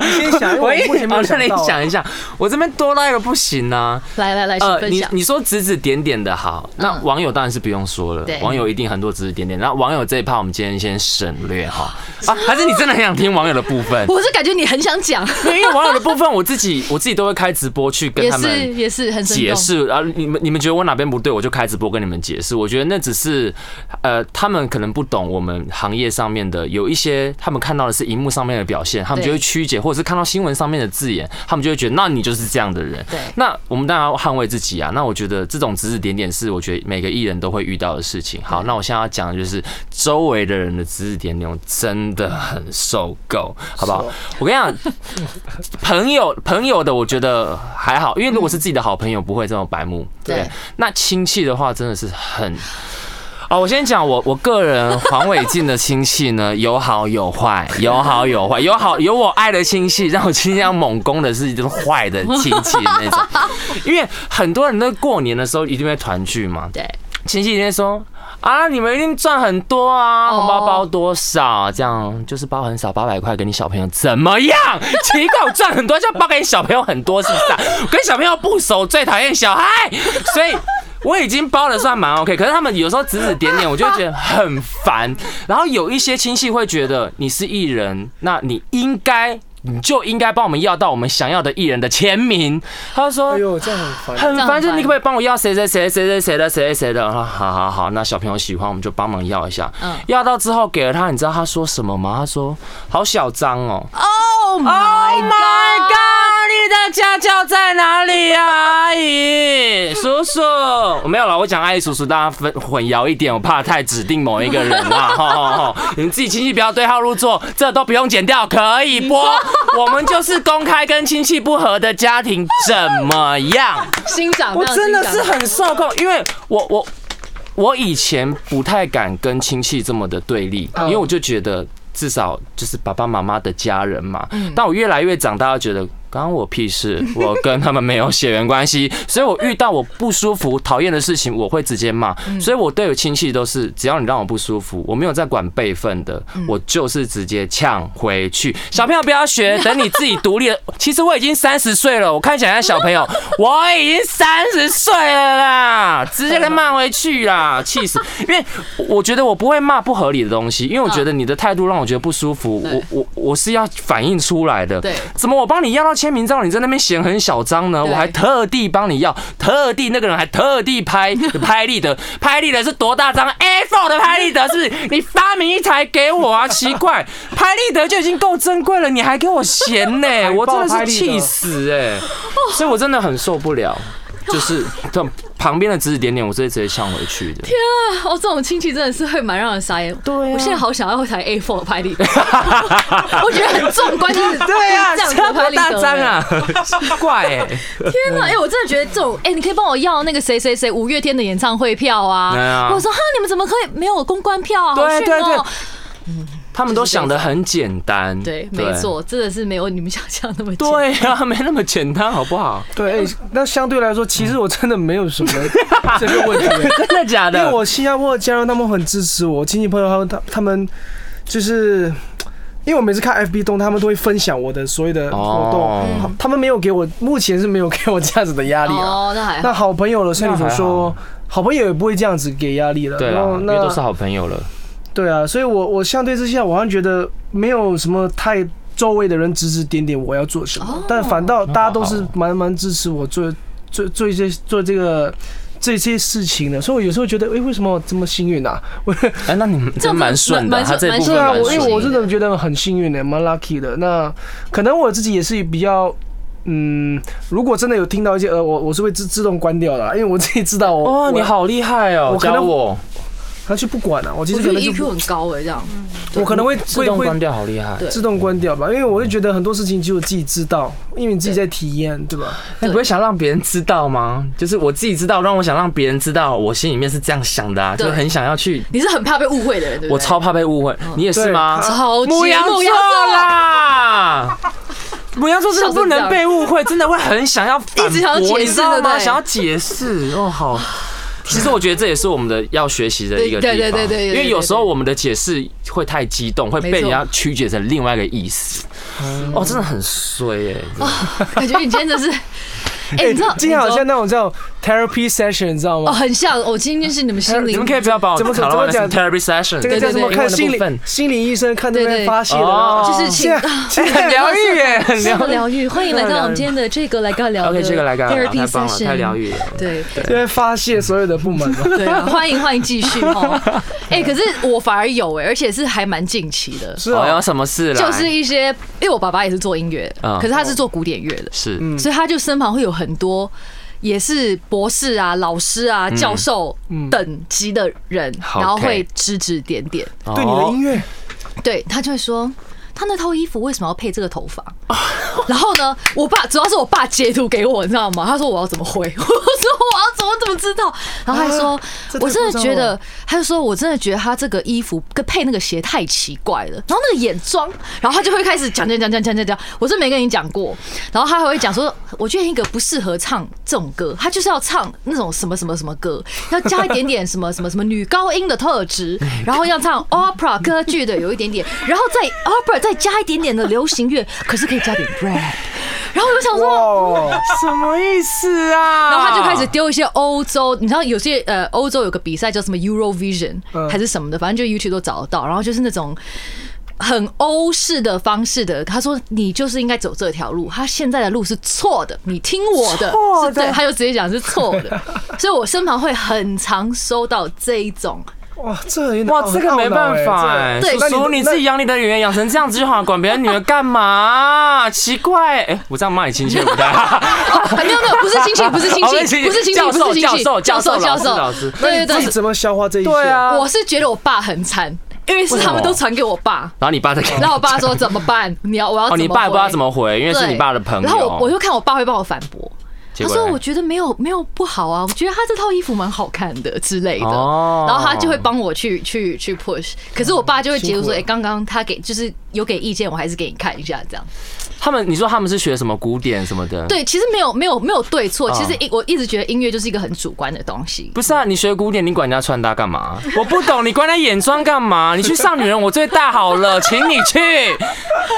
Speaker 3: 你先想，因
Speaker 1: 我
Speaker 3: 为我目前没有
Speaker 1: 让
Speaker 3: 想
Speaker 1: 你
Speaker 3: 到。
Speaker 1: 想一下，我这边多拉一个不行啊。
Speaker 4: 来来来，请
Speaker 1: 呃，
Speaker 4: 分
Speaker 1: 你
Speaker 4: 享。嗯
Speaker 1: 你说指指点点的好，那网友当然是不用说了
Speaker 4: 对，
Speaker 1: 网友一定很多指指点点。然后网友这一趴我们今天先省略哈，啊，还是你真的很想听网友的部分？
Speaker 4: 我是感觉你很想讲，
Speaker 1: 因为网友的部分我自己我自己都会开直播去跟
Speaker 4: 也
Speaker 1: 他
Speaker 4: 是
Speaker 1: 们。
Speaker 4: 也是很生
Speaker 1: 解
Speaker 4: 动。
Speaker 1: 释啊，你们你们觉得我哪边不对，我就开直播跟你们解释。我觉得那只是，呃，他们可能不懂我们行业上面的有一些，他们看到的是荧幕上面的表现，他们就会
Speaker 4: 对
Speaker 1: 曲解，或者是看到新闻上面的字眼，他们就会觉得那你就是这样的人。
Speaker 4: 对
Speaker 1: 那我们当然要捍卫自己啊。那我觉得这种指指点点是我觉得每个艺人都会遇到的事情。好，那我现在要讲的就是周围的人的指指点点，我真的很受够， 好不
Speaker 3: 哦
Speaker 1: 好？我跟你讲，朋友朋友的我觉得还好，因为如果是自己的好朋友，不会这么白目。
Speaker 4: 对，
Speaker 1: 那亲戚的话真的是很。哦，我先讲我我个人黄伟晋的亲戚呢，有好有坏，有好有坏，有好有我爱的亲戚，让我亲戚要猛攻的是一种坏的亲戚那种， 因为很多人都过年的时候一定会团聚嘛，
Speaker 4: 对，
Speaker 1: 亲戚一定会说啊，你们一定赚很多啊，
Speaker 4: 哦
Speaker 1: 红包包多少？这样就是包很少，八百块给你小朋友怎么 样？奇怪，我赚很多就要包给你小朋友很多，是不是、啊？我跟小朋友不熟，最讨厌小孩，所以。我已经包的算蛮 OK，可是他们有时候指指点点，我就会觉得很烦。然后有一些亲戚会觉得你是艺人，那你应该你就应该帮我们要到我们想要的艺人的签名。他就说：“
Speaker 3: 哎呦，这样很烦。
Speaker 1: 很
Speaker 4: 这样
Speaker 1: 烦，就是
Speaker 4: 很
Speaker 1: 你可
Speaker 4: 烦
Speaker 1: 不可以帮我要谁谁谁谁谁谁的谁谁谁的？我说好好好，那小朋友喜欢我们就帮忙要一下。
Speaker 4: 嗯
Speaker 1: 要到之后给了他，你知道他说什么吗？他说好小张哦。
Speaker 4: Oh my
Speaker 1: Oh
Speaker 4: god！
Speaker 1: my god！你的家教在哪里呀、阿姨、叔叔？我没有了，我讲阿姨叔叔，大家分混淆一点，我怕太指定某一个人啦。 吼吼吼！你们自己亲戚不要对号入座，这都不用剪掉，可以播。 我们就是公开跟亲戚不和的家庭，怎么样？
Speaker 4: 欣赏，
Speaker 1: 我
Speaker 4: 非常
Speaker 1: 真的
Speaker 4: 欣赏
Speaker 1: 是很受控，因为我我我以前不太敢跟亲戚这么的对立，因为我就觉得至少就是爸爸妈妈的家人嘛。但我越来越长大，就觉得关我屁事，我跟他们没有血缘关系，所以我遇到我不舒服、讨厌的事情，我会直接骂。所以我对我亲戚都是，只要你让我不舒服，我没有在管辈分的，我就是直接呛回去。小朋友不要学，等你自己独立了。 其实我已经三十岁了，我看起来像小朋友，我已经三十岁了啦，直接给骂回去啦，气死！因为我觉得我不会骂不合理的东西，因为我觉得你的态度让我觉得不舒服，我我我是要反映出来的。
Speaker 4: 对
Speaker 1: 怎么我帮你要到签名照，你在那边嫌很小张呢？
Speaker 4: 对
Speaker 1: 啊我还特地帮你要，特地那个人还特地 拍拍立得，拍立得是多大张？iPhone 的拍立得是不是？你发明一台给我啊！奇 怪，拍立得就已经够珍贵了，你还给我嫌呢、我真的是气死哎、所以我真的很受不了， 就是这种旁边的指指点点，我直接直接呛回去的。
Speaker 4: 哦，这种亲戚真的是会蛮让人傻眼。对、
Speaker 1: 啊
Speaker 4: 我现在好想要一台 A4 的拍 立得，我觉得很壮观，就是
Speaker 1: 对啊，
Speaker 4: 这样子的
Speaker 1: 这
Speaker 4: 拍
Speaker 1: 么
Speaker 4: 立
Speaker 1: 大
Speaker 4: 得。
Speaker 1: 张！啊，奇怪哎、
Speaker 4: 天哪，哎、我真的觉得这种，哎、你可以帮我要那个谁谁谁五月天的演唱会票
Speaker 1: 对
Speaker 4: 啊
Speaker 1: 啊。
Speaker 4: 我说哈，你们怎么可以没有公关票啊？好
Speaker 1: 对
Speaker 4: 逊
Speaker 1: 对对
Speaker 4: 哦。
Speaker 1: 他们都想的很简单。
Speaker 4: 对，没。错，真的是没有你们想象那么简单。
Speaker 1: 对啊呀、没那么简单，好不好？
Speaker 3: 对，哎那相对来说，其实我真的没有什么这个问题。
Speaker 1: 真的假
Speaker 3: 因为
Speaker 1: 的？
Speaker 3: 我新加坡的家人他们很支持我，亲戚朋友他们他他们就是。因为我每次看 FB 动态，他们都会分享我的所有的活
Speaker 1: 哦
Speaker 3: 动，他他们没有给我，目前是没有给我这样子的压力啊。
Speaker 4: 哦，那还好。
Speaker 3: 那好朋友了，像你所
Speaker 1: 那还
Speaker 3: 说，好朋友也不会这样子给压力了。
Speaker 1: 对
Speaker 3: 然
Speaker 1: 啦
Speaker 3: 后，
Speaker 1: 因
Speaker 3: 那
Speaker 1: 为都是好朋友了。
Speaker 3: 对啊，所以我我相对之下，我好像觉得没有什么太周围的人指指点点我要做什么，
Speaker 4: 哦
Speaker 3: 但反倒大家都
Speaker 1: 那
Speaker 3: 是
Speaker 1: 好
Speaker 3: 蛮蛮支持我做做做一些做这个。这些事情的，所以我有时候觉得，哎、为什么我这么幸运啊？我
Speaker 1: 哎，那你们真蛮顺的，
Speaker 4: 蛮
Speaker 1: 他这部分
Speaker 4: 对
Speaker 3: 对啊，
Speaker 1: 蛮
Speaker 3: 我因为我
Speaker 1: 顺
Speaker 3: 真
Speaker 1: 的。
Speaker 3: 的觉得很幸运的，蛮 lucky 的。那可能我自己也是比较，嗯，如果真的有听到一些呃，我我是会自自动关掉的啦，因为我自己知道我
Speaker 1: 哇，
Speaker 3: 我
Speaker 1: 哦你，好厉害哦！
Speaker 3: 我可能
Speaker 1: 教我，
Speaker 3: 他去不管了、我其
Speaker 4: 我
Speaker 3: 实
Speaker 4: 觉
Speaker 3: 可
Speaker 4: 得
Speaker 3: 能就
Speaker 4: EQ 很高哎，这样。
Speaker 3: 我可能会
Speaker 1: 自
Speaker 3: 会
Speaker 1: 动
Speaker 3: 会
Speaker 1: 关掉，好厉害。
Speaker 4: 对
Speaker 3: 自动关掉吧，因为我就觉得很多事情只有自己知道，因为你自己在体验，对吧？
Speaker 1: 哎那你不会想让别人知道吗？就是我自己知道，让我想让别人知道，我心里面是这样想的啊，
Speaker 4: 对
Speaker 1: 就很想要去。
Speaker 4: 你是很怕被误会的人，对不对？
Speaker 1: 我超怕被误会，你也是吗？
Speaker 3: 对
Speaker 4: 超级
Speaker 1: 母羊座
Speaker 4: 牧羊座
Speaker 1: 啦。母羊座真的不能被误会，真的会很想要反
Speaker 4: 一直想要
Speaker 1: 驳
Speaker 4: 解释
Speaker 1: 你知道
Speaker 4: 对不
Speaker 1: 吗？
Speaker 4: 对
Speaker 1: 想要解释哦，好，其实我觉得这也是我们的要学习的一个地
Speaker 4: 对
Speaker 1: 方，
Speaker 4: 对对对对对
Speaker 1: 因为有时候我们的解释会太激动，会被
Speaker 4: 没
Speaker 1: 人
Speaker 4: 错
Speaker 1: 家曲解成另外一个意思。哦，真的很衰耶、
Speaker 4: 哦
Speaker 1: 真的
Speaker 4: 感觉你今 天真是，哎，你知道，
Speaker 3: 今天好
Speaker 4: 你知
Speaker 3: 像
Speaker 4: 道
Speaker 3: 那种叫 therapy session，你知道
Speaker 4: 哦，
Speaker 3: 吗？
Speaker 4: 很像，我今天是你们心
Speaker 1: 呃你
Speaker 4: 灵
Speaker 1: 们可以不要把我
Speaker 3: 怎么
Speaker 1: 卡到
Speaker 3: 怎么讲
Speaker 1: therapy session，
Speaker 3: 这个叫什么？
Speaker 4: 对对对
Speaker 3: 看心
Speaker 1: 英文的部分
Speaker 3: 理 心理医生，看那
Speaker 4: 对对
Speaker 3: 边发泄的
Speaker 1: 哦
Speaker 3: 啊。
Speaker 4: 就是请
Speaker 3: 现在 现在
Speaker 1: 很疗愈耶，很
Speaker 4: 这
Speaker 1: 疗
Speaker 4: 么
Speaker 1: 愈。
Speaker 4: 疗 愈，欢迎来到我们今天的这个来告聊
Speaker 1: OK，这个来干嘛？
Speaker 4: therapy
Speaker 1: 太棒了，太疗
Speaker 4: session，
Speaker 1: 愈了。
Speaker 4: 对
Speaker 3: 现在发泄所有的不满嘛。
Speaker 4: 对啊，欢迎欢迎继 续哦。哎，可是我反而有哎，而且是还蛮近期的，
Speaker 3: 是
Speaker 1: 哦，有
Speaker 3: 啊，
Speaker 1: 什么事啦？
Speaker 4: 就是一些，因为我爸爸也是做音乐的，
Speaker 1: 嗯
Speaker 4: 可是他是做古典乐的，
Speaker 1: 是
Speaker 3: 嗯
Speaker 4: 所以他就身旁会有很多也是博士啊、老师啊、教授
Speaker 3: 嗯
Speaker 4: 等级的人，
Speaker 1: 好
Speaker 4: 然后
Speaker 1: OK
Speaker 4: 会指指点点，
Speaker 3: 对你的
Speaker 1: 哦
Speaker 3: 音乐，
Speaker 4: 对他就会说。他那套衣服为什么要配这个头发？然后呢，我爸主要是我爸截图给我，你知道吗？他说我要怎么 回，我说我要怎么怎么知道？然后他还说
Speaker 3: 这，太
Speaker 4: 我真的
Speaker 3: 夸
Speaker 4: 觉
Speaker 3: 张
Speaker 4: 得
Speaker 3: 了，
Speaker 4: 他就说我真的觉得他这个衣服跟配那个鞋太奇怪了，然后那个眼妆，然后他就会开始讲讲讲讲讲讲讲，我真没跟你讲过。然后他还会讲说，我觉得一个不适合唱这种歌，他就是要唱那种什么什么什么歌，要加一点点什么什么什么女高音的特质，然后要唱 opera 歌剧的有一点点，然后再 opera 再加一点点的流行乐，可是可以加点 rap。然后我就想说，
Speaker 3: 哦，
Speaker 1: 什么意思啊？
Speaker 4: 然后他就开始丢一些欧洲，你知道有些呃欧洲有个比赛叫什么 Eurovision
Speaker 3: 嗯
Speaker 4: 还是什么的，反正就 YouTube 都找得到。然后就是那种很欧式的方式的，他说你就是应该走这条路，他现在的路是错的，你听我的，
Speaker 3: 错
Speaker 4: 是对
Speaker 3: 的
Speaker 4: 他就直接讲是错 的。所以我身旁会很常收到这一 种，
Speaker 3: 哇，这有 点
Speaker 1: 哇，
Speaker 3: 懊
Speaker 1: 这个没办法哎、
Speaker 3: 很懊恼哎
Speaker 4: 对
Speaker 1: 叔叔
Speaker 3: 那你
Speaker 1: 你自己养你的女儿养成这样子就好，管别人女儿干嘛？奇怪，哎、我这样骂你亲戚不太 好。
Speaker 4: 啊没有没有，不是亲戚，不是亲
Speaker 1: 哦不是
Speaker 4: 戚
Speaker 1: 亲，戚
Speaker 4: 不是亲戚，
Speaker 1: 教授
Speaker 4: 不是亲戚，
Speaker 1: 教授教授
Speaker 4: 教
Speaker 1: 老
Speaker 4: 授
Speaker 1: 师老师，
Speaker 4: 对对
Speaker 3: 这那你自己
Speaker 4: 对，
Speaker 3: 怎么消化这一切？
Speaker 1: 对啊，
Speaker 4: 我是觉得我爸很惨，因为是他
Speaker 1: 为
Speaker 4: 们
Speaker 1: 什么
Speaker 4: 都传给我爸。
Speaker 1: 然后你爸在看，
Speaker 4: 然后我爸说怎么办？你要我要
Speaker 1: 哦，
Speaker 4: 怎么
Speaker 1: 你爸也不知道怎
Speaker 4: 回
Speaker 1: 么回，因为是你爸的朋友。
Speaker 4: 然后我我就看我爸会帮我反驳，
Speaker 1: 结
Speaker 4: 他
Speaker 1: 果
Speaker 4: 说
Speaker 1: 嘞
Speaker 4: 我觉得没有没有不好啊，我觉得他这套衣服蛮好看的之类的。
Speaker 1: 哦
Speaker 4: 然后他就会帮我去去去 push，可是我爸就会解
Speaker 3: 辛
Speaker 4: 读
Speaker 3: 苦
Speaker 4: 说，
Speaker 3: 了
Speaker 4: 哎，刚刚他给就是有给意见，我还是给你看一下这样。
Speaker 1: 他们，你说他们是学什么古典什么的？，
Speaker 4: 对，其实没有没有没有对错，
Speaker 1: 哦
Speaker 4: 其实一我一直觉得音乐就是一个很主观的东西。
Speaker 1: 不是啊，你学古典，你管人家穿搭干嘛？ 我不懂，你管他眼妆干嘛？你去上女人我最大好了， 请你去，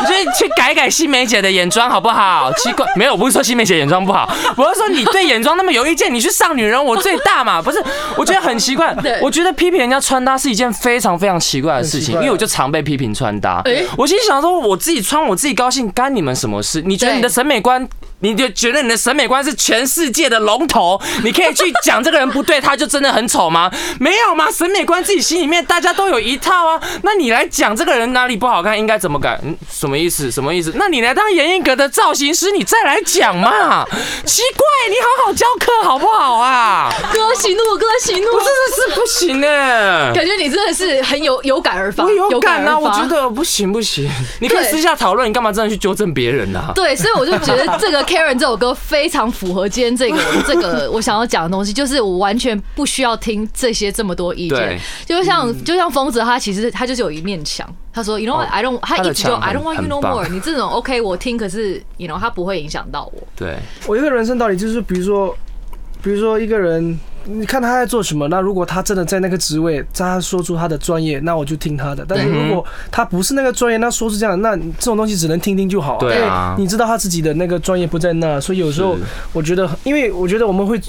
Speaker 1: 你去去改改新梅姐的眼妆好不好？奇怪，没有，我不是说新梅姐眼妆不好， 我是说你对眼妆那么有意见，你去上女人我最大嘛？不是，我觉得很奇 怪
Speaker 4: 对，
Speaker 1: 我觉得批评人家穿搭是一件非常非常奇怪的事
Speaker 3: 很奇
Speaker 1: 情，
Speaker 3: 怪
Speaker 1: 因为我就常被批评穿搭
Speaker 4: 哎，
Speaker 1: 我心里想说我自己穿我自己高兴，干你们什么事？你觉得你的
Speaker 4: 对
Speaker 1: 审美观，你就觉得你的审美观是全世界的龙头，你可以去讲这个人不对，他就真的很丑吗？ 没有吗？审美观自己心里面大家都有一套啊。那你来讲这个人哪里不好看，应该怎么改？嗯，什么意思？什么意思？那你来当严艺格的造型师，你再来讲嘛。 奇怪，你好好教课好不好啊？
Speaker 4: 哥喜怒，哥喜怒
Speaker 1: 不，是，这是不行呢、
Speaker 4: 感觉你真的是很有有感而发，
Speaker 1: 我有感
Speaker 4: 而
Speaker 1: 啊，我
Speaker 4: 发
Speaker 1: 觉得不行不行，你可以
Speaker 4: 对
Speaker 1: 私下讨论，你干嘛真的去纠正别人啊？
Speaker 4: 对，所以我就觉得这个 Karen 这首歌非常符合今天这个 这个我想要讲的东西，就是我完全不需要听这些这么多意见
Speaker 1: 对，嗯
Speaker 4: 就像就像疯子他其实他就是有一面墙，他说 You know what I don't，他
Speaker 1: 哦他的
Speaker 4: 一直就
Speaker 1: 墙很
Speaker 4: I don't want you no
Speaker 1: 很棒
Speaker 4: more，你这种 OK 我听，可是 You know 他不会影响到我，
Speaker 1: 对，
Speaker 3: 我觉得人生道理就是，比如说，比如说一个人，你看他在做什么，那如果他真的在那个职位，他说出他的专业，那我就听他的。但
Speaker 1: 嗯
Speaker 3: 是如果他不是那个专业，那说是这样，那你这种东西只能听听就好、
Speaker 1: 对啊
Speaker 3: 因为你知道他自己的那个专业不在那，所以有时候
Speaker 1: 是
Speaker 3: 我觉得，因为我觉得我们会。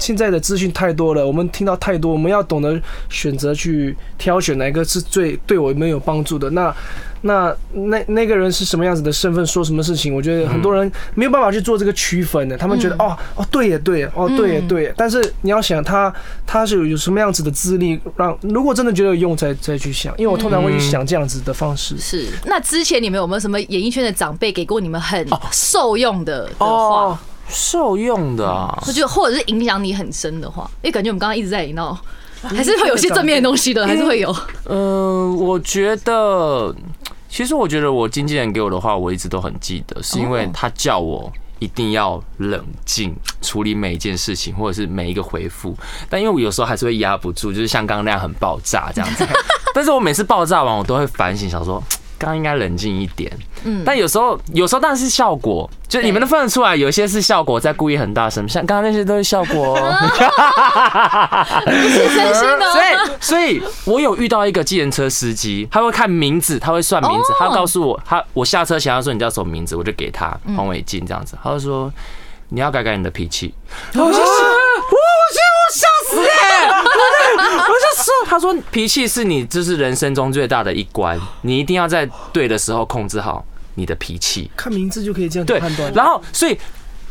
Speaker 3: 现在的资讯太多了，我们听到太多，我们要懂得选择去挑选哪一个是最对我们有帮助的。那那那那个人是什么样子的身份，说什么事情，我觉得很多人没有办法去做这个区分的。他们觉得、
Speaker 4: 嗯
Speaker 3: 哦哦对也对耶哦对也
Speaker 4: 嗯
Speaker 3: 对耶，但是你要想他他是有有什么样子的资历，让如果真的觉得有用，再再去想。因为我通常会去想这样子的方式。
Speaker 4: 是。那之前你们有没有什么演艺圈的长辈给过你们很
Speaker 1: 哦
Speaker 4: 受用的的话？，
Speaker 1: 受哦用的啊。
Speaker 4: 或者或者是影响你很深的话，因为感觉我们刚刚一直在 引到，还是会有些正面的东西的，还是会有。
Speaker 1: 嗯，我觉得，其实我觉得我经纪人给我的话，我一直都很记得，是
Speaker 4: 哦
Speaker 1: 因为他叫我。一定要冷静处理每一件事情，或者是每一个回复。但因为我有时候还是会压不住，就是像刚刚那样很爆炸这样 子。但是我每次爆炸
Speaker 4: 嗯
Speaker 1: 完，我都会反省，想说刚刚应该冷静一点。但有时候有时候当然是效果，就你们能分得出来，有些是效果在故意很大声，像刚刚那些都是效果、 哦。
Speaker 4: 是真心的哦。
Speaker 1: 所以，所以我有遇到一个计程车司机，他会看名字，他会算名字
Speaker 4: 哦，
Speaker 1: 他会告诉我，他我下车前他说你叫什么名字，我就给他黄伟进这样子，他就说你要改改你的脾气。然 后我就想，我我觉得我笑死哎、欸！我 就我就说，他说脾气是你就是人生中最大的一关，你一定要在对的时候控制好你的脾气。
Speaker 3: 看名字就可以这样
Speaker 1: 对
Speaker 3: 判断，。
Speaker 1: 然后所以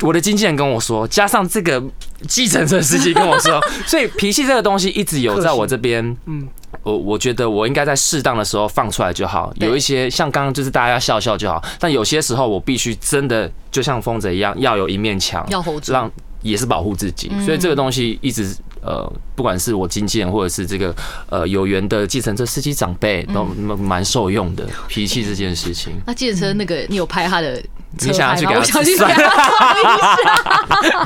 Speaker 1: 我的经纪人跟我说，加上这个计程车司机跟我 说，所以脾气这个东西一直有在我这边，
Speaker 3: 嗯
Speaker 1: 嗯。我我觉得我应该在适当的时候放出来就好，有一些像刚刚就是大家笑笑就好，但有些时候我必须真的就像疯子一样，要有一面墙，
Speaker 4: 要嗯 hold 住
Speaker 1: 让也是保护自己，所以这个东西一直呃，不管是我经纪人或者是这个呃有缘的计程车司机长辈，都蛮
Speaker 4: 嗯
Speaker 1: 蛮受用的脾气这件事情。
Speaker 4: 那计程车那个，你有拍他的车
Speaker 1: 你想要
Speaker 4: 牌
Speaker 1: 去给
Speaker 4: 吗？
Speaker 1: 他
Speaker 4: 我想去给
Speaker 1: 算
Speaker 4: 他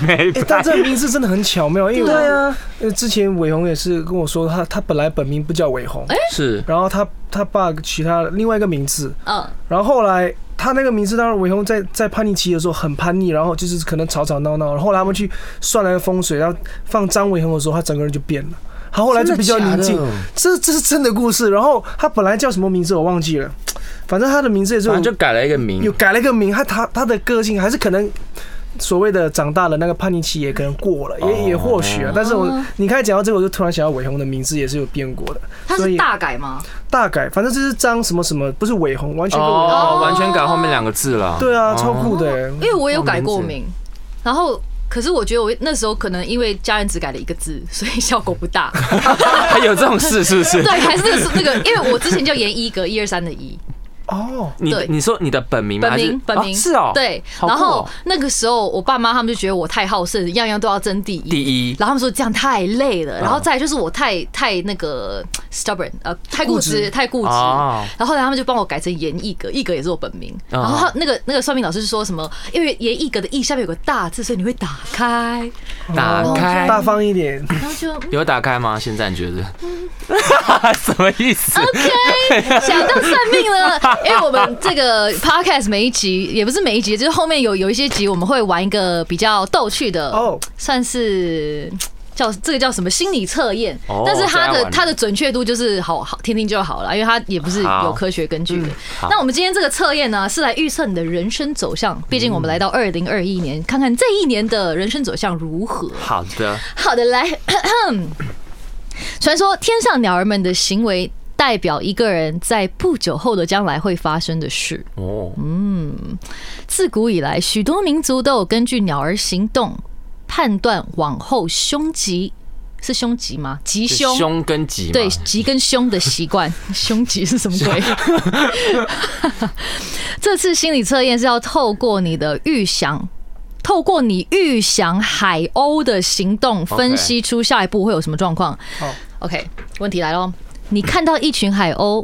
Speaker 1: 没
Speaker 3: 哎，但这个名字真的很巧妙，因为对啊，之前伟鸿也是跟我说，他他本来本名不叫伟鸿，
Speaker 4: 哎
Speaker 1: 是
Speaker 3: 然后他他爸取他另外一个名字，
Speaker 4: 嗯，
Speaker 3: 然后后来他那个名字，当然伟鸿在在叛逆期的时候很叛逆，然后就是可能吵吵闹闹，然后后来他们去算了个风水，然后放张伟鸿的时候，他整个人就变了，他后来就比较宁
Speaker 1: 真
Speaker 3: 静
Speaker 1: 的假的。
Speaker 3: 这这是真的故事。然后他本来叫什么名字我忘记了，反正他的名字也是
Speaker 1: 反正就改了一个名，
Speaker 3: 有改了一个名，他他他的个性还是可能。所谓的长大了，那个叛逆期也可能过了，也也或许啊。但是我你开始讲到这个，我就突然想到伟鸿的名字也是有变过的，
Speaker 4: 他
Speaker 3: 所
Speaker 4: 是
Speaker 3: 以
Speaker 4: 大改吗？
Speaker 3: 大改，反正这是张什么什么，不是伟鸿，完全跟我
Speaker 1: 哦，完全改后面两个字了。哦
Speaker 3: 对啊，超酷的欸。
Speaker 4: 因为我有改过名，然后。可是我觉得我那时候可能因为家人只改了一个字，所以效果不 大。
Speaker 1: 还有这种事是不是？
Speaker 4: 对，还是那个那个，因为我之前叫严一格，一二三的一，
Speaker 3: 哦，
Speaker 1: 你
Speaker 4: 对
Speaker 1: 你说你的本名吗？
Speaker 4: 本
Speaker 1: 还是
Speaker 4: 名本名、
Speaker 1: 哦是
Speaker 3: 啊
Speaker 1: 哦，
Speaker 4: 对。
Speaker 1: 好酷
Speaker 4: 然
Speaker 1: 哦
Speaker 4: 后那个时候我爸妈他们就觉得我太好胜，样样都要争第一。
Speaker 1: 第一
Speaker 4: 然后他们说这样太累
Speaker 1: 啊
Speaker 4: 了，然后再来就是我太太那个 stubborn，呃，太固
Speaker 3: 固
Speaker 4: 执，太固执。
Speaker 1: 哦
Speaker 4: 然后后来他们就帮我改成严一格，一格也是我本名。
Speaker 1: 哦
Speaker 4: 然后他那个那个算命老师就说什么，因为严一格的“一”下面有个大字，所以你会打开。
Speaker 1: 打开
Speaker 3: 大方一点，
Speaker 4: 然后就
Speaker 1: 有打开吗？现在你觉得？ 啊什么意思？
Speaker 4: 想到算命 了，因为我们这个 podcast 每一集也不是每一集，就是后面有有一些集我们会玩一个比较逗趣的，
Speaker 3: 哦
Speaker 4: 算是。叫这个叫什么心理测验
Speaker 1: 哦，
Speaker 4: 但是它
Speaker 1: 这样
Speaker 4: 的
Speaker 1: 玩
Speaker 4: 它的准确度就是好好听听就好了，因为它也不是
Speaker 1: 好
Speaker 4: 有科学根据的
Speaker 1: 好。
Speaker 4: 那我们今天这个测验呢，是来预测你的人生走向，毕竟我们来到二零二一年，看看这一年的人生走向如何。
Speaker 1: 好的，
Speaker 4: 好的，来。 传说天上鸟儿们的行为代表一个人在不久后的将来会发生的事。
Speaker 1: 哦，
Speaker 4: 自古以来，许多民族都有根据鸟儿行动判断往后凶吉，是凶吉吗？吉
Speaker 1: 是
Speaker 4: 凶。
Speaker 1: 凶跟吉嘛
Speaker 4: 对吉跟凶的习惯，凶吉是什么鬼？这次心理测验是要透过你的预想，透过你预想海鸥的行动，分析出下一步会有什么状况
Speaker 3: 好。
Speaker 4: OK，问题来喽，你看到一群海鸥，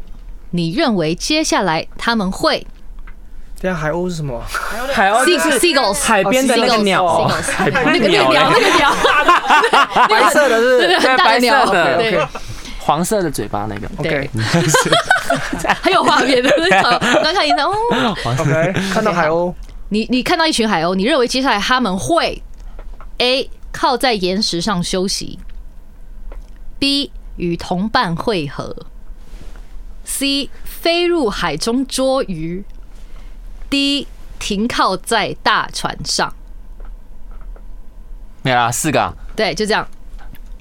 Speaker 4: 你认为接下来他们会
Speaker 3: 等一下海鸥是什么？
Speaker 1: 海鸥
Speaker 4: sea
Speaker 1: 就是
Speaker 4: seagulls
Speaker 1: 海边的那个鸟，
Speaker 4: Seagulls，
Speaker 1: 哦海边
Speaker 4: 那
Speaker 1: 的
Speaker 4: 个那个鸟
Speaker 1: 鸟
Speaker 4: 那，个鸟，
Speaker 3: 白色 的是不是
Speaker 4: 很大的
Speaker 1: 白
Speaker 4: 鸟
Speaker 1: 色的，
Speaker 4: 对
Speaker 3: OK
Speaker 1: 黄色的嘴巴那 个，
Speaker 3: ？OK
Speaker 4: 很有画面的，刚看一下哦。
Speaker 3: OK，看到海鸥，
Speaker 4: 你你看到一群海鸥，你认为接下来他们会 A 靠在岩石上休息，B 与同伴会合，C 飞入海中捉鱼，D 停靠在大船上。
Speaker 1: 没啦，四个啊
Speaker 4: 对，就这样，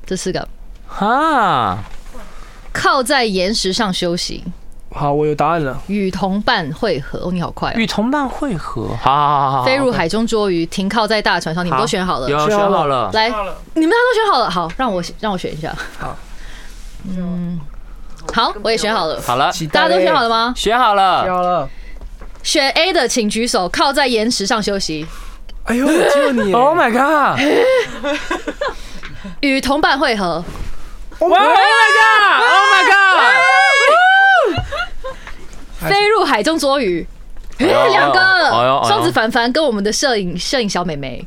Speaker 4: 这四个
Speaker 1: 哈，
Speaker 4: 靠在岩石上休息，
Speaker 3: 好，我有答案了。
Speaker 4: 与同伴会合。哦，你好快、哦！
Speaker 1: 与同伴汇合，好好好好好，
Speaker 4: 飞入海中捉鱼，停靠在大船上，你们都选好了。
Speaker 1: 有
Speaker 3: 选
Speaker 1: 选
Speaker 3: 好
Speaker 1: 啊好了，
Speaker 4: 来，你们大家都选好了，好，让我让我选一下。
Speaker 3: 好，
Speaker 4: 嗯，好，我也选好了。
Speaker 1: 好了，
Speaker 3: 期待
Speaker 4: 大家都选好了吗？
Speaker 1: 选好了，
Speaker 3: 要了。
Speaker 4: 选 A 的请举手，靠在岩石上休息，
Speaker 3: 哎呦，我救 你
Speaker 1: Oh my god！
Speaker 4: 与同伴会合。
Speaker 1: Oh my god！Oh Oh my god！
Speaker 4: 飞入海中捉鱼，哎
Speaker 1: 哎呦
Speaker 4: 两个
Speaker 1: 哎呦哎呦
Speaker 4: 双子凡凡跟我们的摄影摄影小美眉，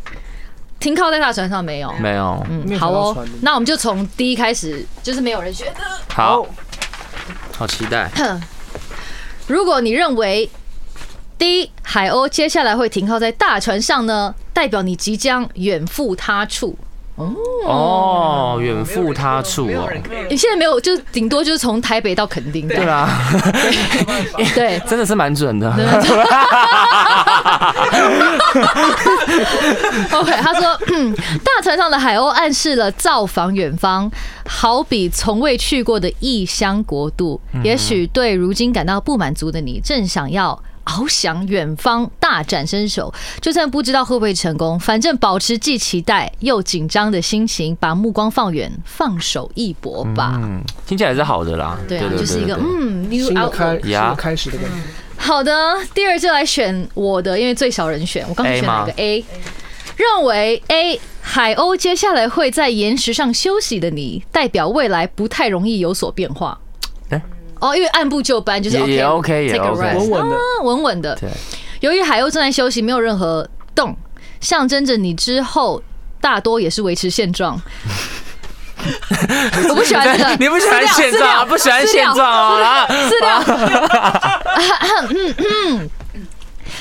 Speaker 4: 停靠在大船上没有？
Speaker 1: 没有，
Speaker 3: 没
Speaker 4: 嗯，
Speaker 3: 有
Speaker 4: 好
Speaker 3: 想到
Speaker 4: 哦
Speaker 3: 船的，
Speaker 4: 那我们就从第一开始，就是没有人选。
Speaker 1: 好好期待。
Speaker 4: 如果你认为第一，海鸥接下来会停靠在大船上呢，代表你即将远赴他处。
Speaker 1: 哦，远赴他处哦，
Speaker 4: 你现在没有，就顶多就是从台北到垦丁这
Speaker 1: 对
Speaker 4: 样。
Speaker 1: 啦，
Speaker 4: 对，
Speaker 1: 真的是蛮准的。
Speaker 4: OK，他说，嗯大船上的海鸥暗示了造访远方，好比从未去过的异乡国度。也许对如今感到不满足的你，正想要。翱翔远方，大展身手，就算不知道会不会成功，反正保持既期待又紧张的心情，把目光放远，放手一搏吧。
Speaker 1: 嗯， 听起来是好的啦。
Speaker 4: 对啊，就是一
Speaker 1: 对
Speaker 4: 个
Speaker 1: 对
Speaker 4: 嗯，new
Speaker 3: 新的
Speaker 4: out。
Speaker 3: 开新
Speaker 1: 呀
Speaker 3: 的开始的感觉。
Speaker 4: 好的，第二就来选我的，因为最少人选，我刚选
Speaker 1: A
Speaker 4: 哪个
Speaker 1: 吗
Speaker 4: A？认为 A 海鸥接下来会在岩石上休息的你，代表未来不太容易有所变化
Speaker 1: 哎。
Speaker 4: 哦，因为按部就班就是
Speaker 1: 也也 OK，也
Speaker 4: take a
Speaker 1: OK
Speaker 4: rest
Speaker 3: 稳稳的
Speaker 4: 啊稳稳的。
Speaker 1: 对，
Speaker 4: 由于海鸥正在休息，没有任何动，象征着你之后大多也是维持现 状。我不喜欢这个，
Speaker 1: 你不喜欢
Speaker 4: 私聊
Speaker 1: 现状啊？不喜欢现状啊？啊
Speaker 4: 资料。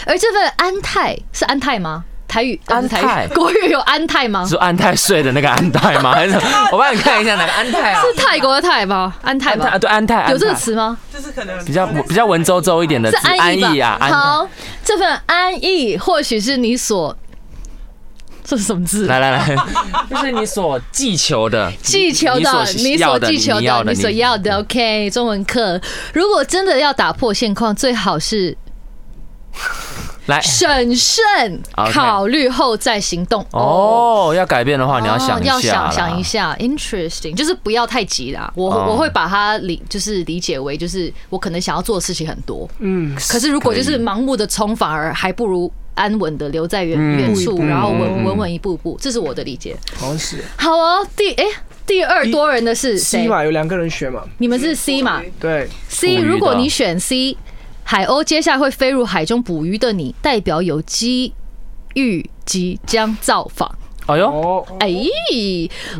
Speaker 4: 而这份安泰是安泰吗？台语呃不是台
Speaker 1: 安泰
Speaker 4: 语，国语有安泰吗？
Speaker 1: 是安泰睡的那个安泰吗？还 是我帮你看一下哪个安泰啊？
Speaker 4: 哦是泰国的泰吗？安泰
Speaker 1: 安泰
Speaker 4: 吧
Speaker 1: 啊，，对安泰，安泰
Speaker 4: 有这个词吗？
Speaker 5: 就是可能
Speaker 1: 比较比较文绉绉一点的
Speaker 4: 是
Speaker 1: 字，
Speaker 4: 安
Speaker 1: 安
Speaker 4: 逸
Speaker 1: 逸
Speaker 4: 吧？
Speaker 1: 啊，安泰。
Speaker 4: 好，这份安逸或许是你所这是什么字？
Speaker 1: 来来 来，就是你所寄求的，
Speaker 4: 祈求的，
Speaker 1: 你
Speaker 4: 你
Speaker 1: 所
Speaker 4: 所祈求的，你所要的。，OK，中文课。如果真的要打破现况，最好是
Speaker 1: 来
Speaker 4: 审慎
Speaker 1: OK
Speaker 4: 考虑后再行动。
Speaker 1: 哦，要改变的话，你要想
Speaker 4: 哦
Speaker 1: 一下
Speaker 4: 要
Speaker 1: 啦，
Speaker 4: 想想一下，interesting，就是不要太急啦。我、
Speaker 1: 哦
Speaker 4: 我会把它理就是理解为就是我可能想要做的事情很多，
Speaker 3: 嗯，
Speaker 4: 可是如果
Speaker 1: 可以
Speaker 4: 就是盲目的冲，反而还不如安稳的留在原、
Speaker 1: 嗯
Speaker 4: 原处，
Speaker 3: 嗯
Speaker 4: 然后
Speaker 1: 嗯
Speaker 4: 稳
Speaker 1: 嗯
Speaker 4: 稳稳一步步，这是我的理解。
Speaker 3: 好像是
Speaker 4: 好哦，第哎、第二多人的是
Speaker 3: C
Speaker 4: 谁？
Speaker 3: 嘛，有两个人选嘛，
Speaker 4: 你们是 C 嘛
Speaker 3: 对，
Speaker 4: ？C，
Speaker 1: 捕鱼的
Speaker 4: 如果你选 C，海鸥接下来会飞入海中捕鱼的你，代表有机遇即将造访。
Speaker 1: 哎呦，
Speaker 3: 哦，
Speaker 4: 哎，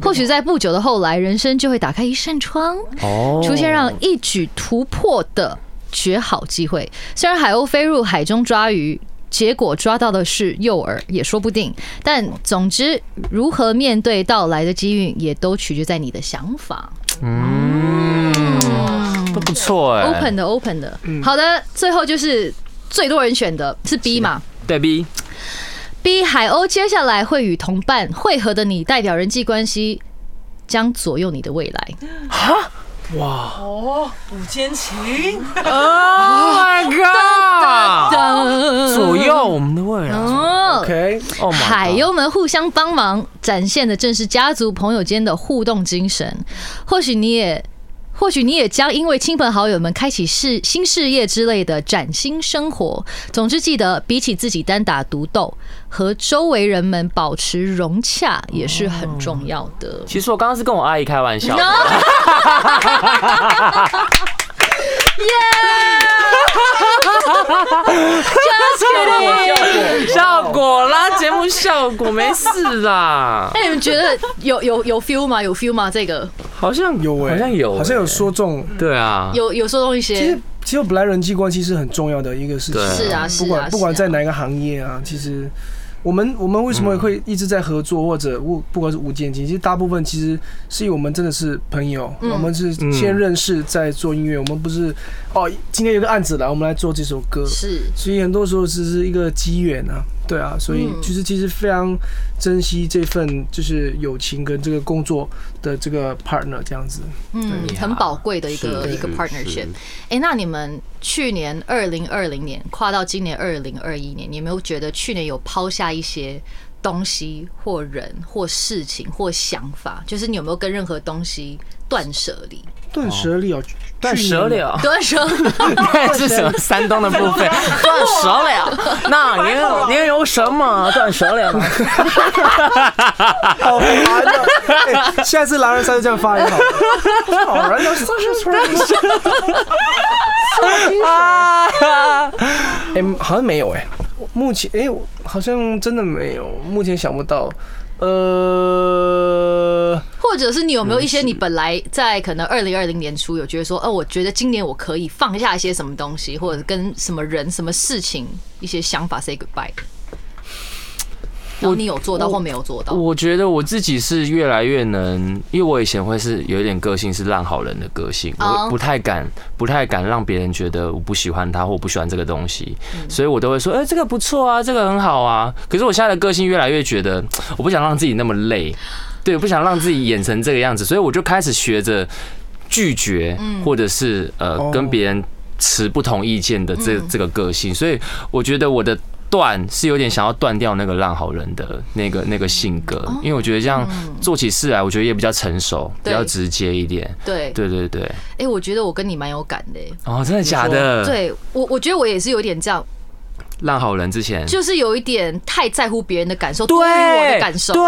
Speaker 4: 或许在不久的后来，人生就会打开一扇窗，
Speaker 1: 哦，
Speaker 4: 出现让一举突破的绝好机会。虽然海鸥飞入海中抓鱼。结果抓到的是诱饵，也说不定。但总之，如何面对到来的机遇，也都取决在你的想法。
Speaker 1: 都不错哎
Speaker 4: open 的，open 的。好的，最后就是最多人选的是 B 嘛？
Speaker 1: 对 B，
Speaker 4: B 海鸥接下来会与同伴会合的你，代表人际关系将左右你的未来。
Speaker 5: 五间情，
Speaker 1: Oh my god！左右我们的未来
Speaker 4: 哦
Speaker 3: OK，
Speaker 1: ，Oh my，
Speaker 4: 海鸥们互相帮忙，展现的正是家族朋友间的互动精神。或许你也，或许你也将因为亲朋好友们开启事新事业之类的崭新生活。总之，记得比起自己单打独斗，和周围人们保持融洽也是很重要的。
Speaker 1: 其实我刚刚是跟我阿姨开玩笑的， 效果啦，节目效果没事啦，
Speaker 4: 哎那你们觉得有有有 feel 吗？有 feel 吗？这个
Speaker 1: 好像
Speaker 3: 有哎，
Speaker 1: 好像有，欸
Speaker 3: 好像有，说中。
Speaker 1: 对啊，
Speaker 4: 有有说动一些？
Speaker 3: 其实其实本来人际关系是很重要的一个事情，
Speaker 1: 对是
Speaker 4: 啊
Speaker 3: 不
Speaker 4: 是啊
Speaker 3: 管不管
Speaker 4: 是啊
Speaker 3: 在哪个行业啊，其实我们我们为什么会一直在合作或者无不管是无间情，其实大部分其实是因为我们真的是朋友，
Speaker 4: 嗯
Speaker 3: 我们是先认识再做音乐，我们不是哦今天有个案子来，我们来做这首歌，
Speaker 4: 是
Speaker 3: 所以很多时候只是一个机缘啊，对啊，所以
Speaker 4: 嗯
Speaker 3: 就是其实非常珍惜这份就是友情跟这个工作的这个 partner 这样子。
Speaker 4: 嗯，
Speaker 1: 对呀
Speaker 4: 很宝贵的一个
Speaker 1: 是
Speaker 4: 一个
Speaker 1: 是
Speaker 4: partnership
Speaker 1: 是。
Speaker 4: 哎、那你们去年二零二零年跨到今年二零二一年，你有没有觉得去年有抛下一些东西或人或事情或想法？就是你有没有跟任何东西断 舍离？
Speaker 3: 断舍离哦，
Speaker 1: 断
Speaker 3: 去年
Speaker 1: 舌了。
Speaker 4: 断舍离，
Speaker 1: 那是什么山东的部分？断舌了。那您您有什么断舌了吗？
Speaker 3: 好烦的、哎下次狼人杀就这样发音好了。好人都是出来。哎，好像没有哎、目前哎、我好像真的没有，目前想不到。呃，
Speaker 4: 或者是你有没有一些你本来在可能二零二零年初有觉得说，哦，我觉得今年我可以放下一些什么东西，或者跟什么人、什么事情一些想法 say goodbye，然后你有做到或没有做到？
Speaker 1: 我觉得我自己是越来越能，因为我以前会是有一点个性是烂好人的个性，
Speaker 4: 哦
Speaker 1: 我不太敢不太敢让别人觉得我不喜欢他或我不喜欢这个东西，
Speaker 4: 嗯
Speaker 1: 所以我都会说，哎，这个不错啊，这个很好啊。可是我现在的个性越来越觉得，我不想让自己那么累，对，我不想让自己演成这个样子，所以我就开始学着拒绝，
Speaker 4: 嗯
Speaker 1: 或者是呃
Speaker 3: 哦
Speaker 1: 跟别人持不同意见的
Speaker 4: 嗯
Speaker 1: 这这个个性，所以我觉得我的。断是有点想要断掉那个烂好人的那个那个性格，因为我觉得这样做起事来，我觉得也比较成熟，比
Speaker 4: 哦对
Speaker 1: 较直接一点。
Speaker 4: 对，
Speaker 1: 对对对，
Speaker 4: 哎，我觉得我跟你蛮有感的、欸。
Speaker 1: 哦，真的假的？，
Speaker 4: 对我，我觉得我也是有点这样，
Speaker 1: 烂好人之前
Speaker 4: 就是有一点太在乎别人的感受，多于我的感受。
Speaker 1: 对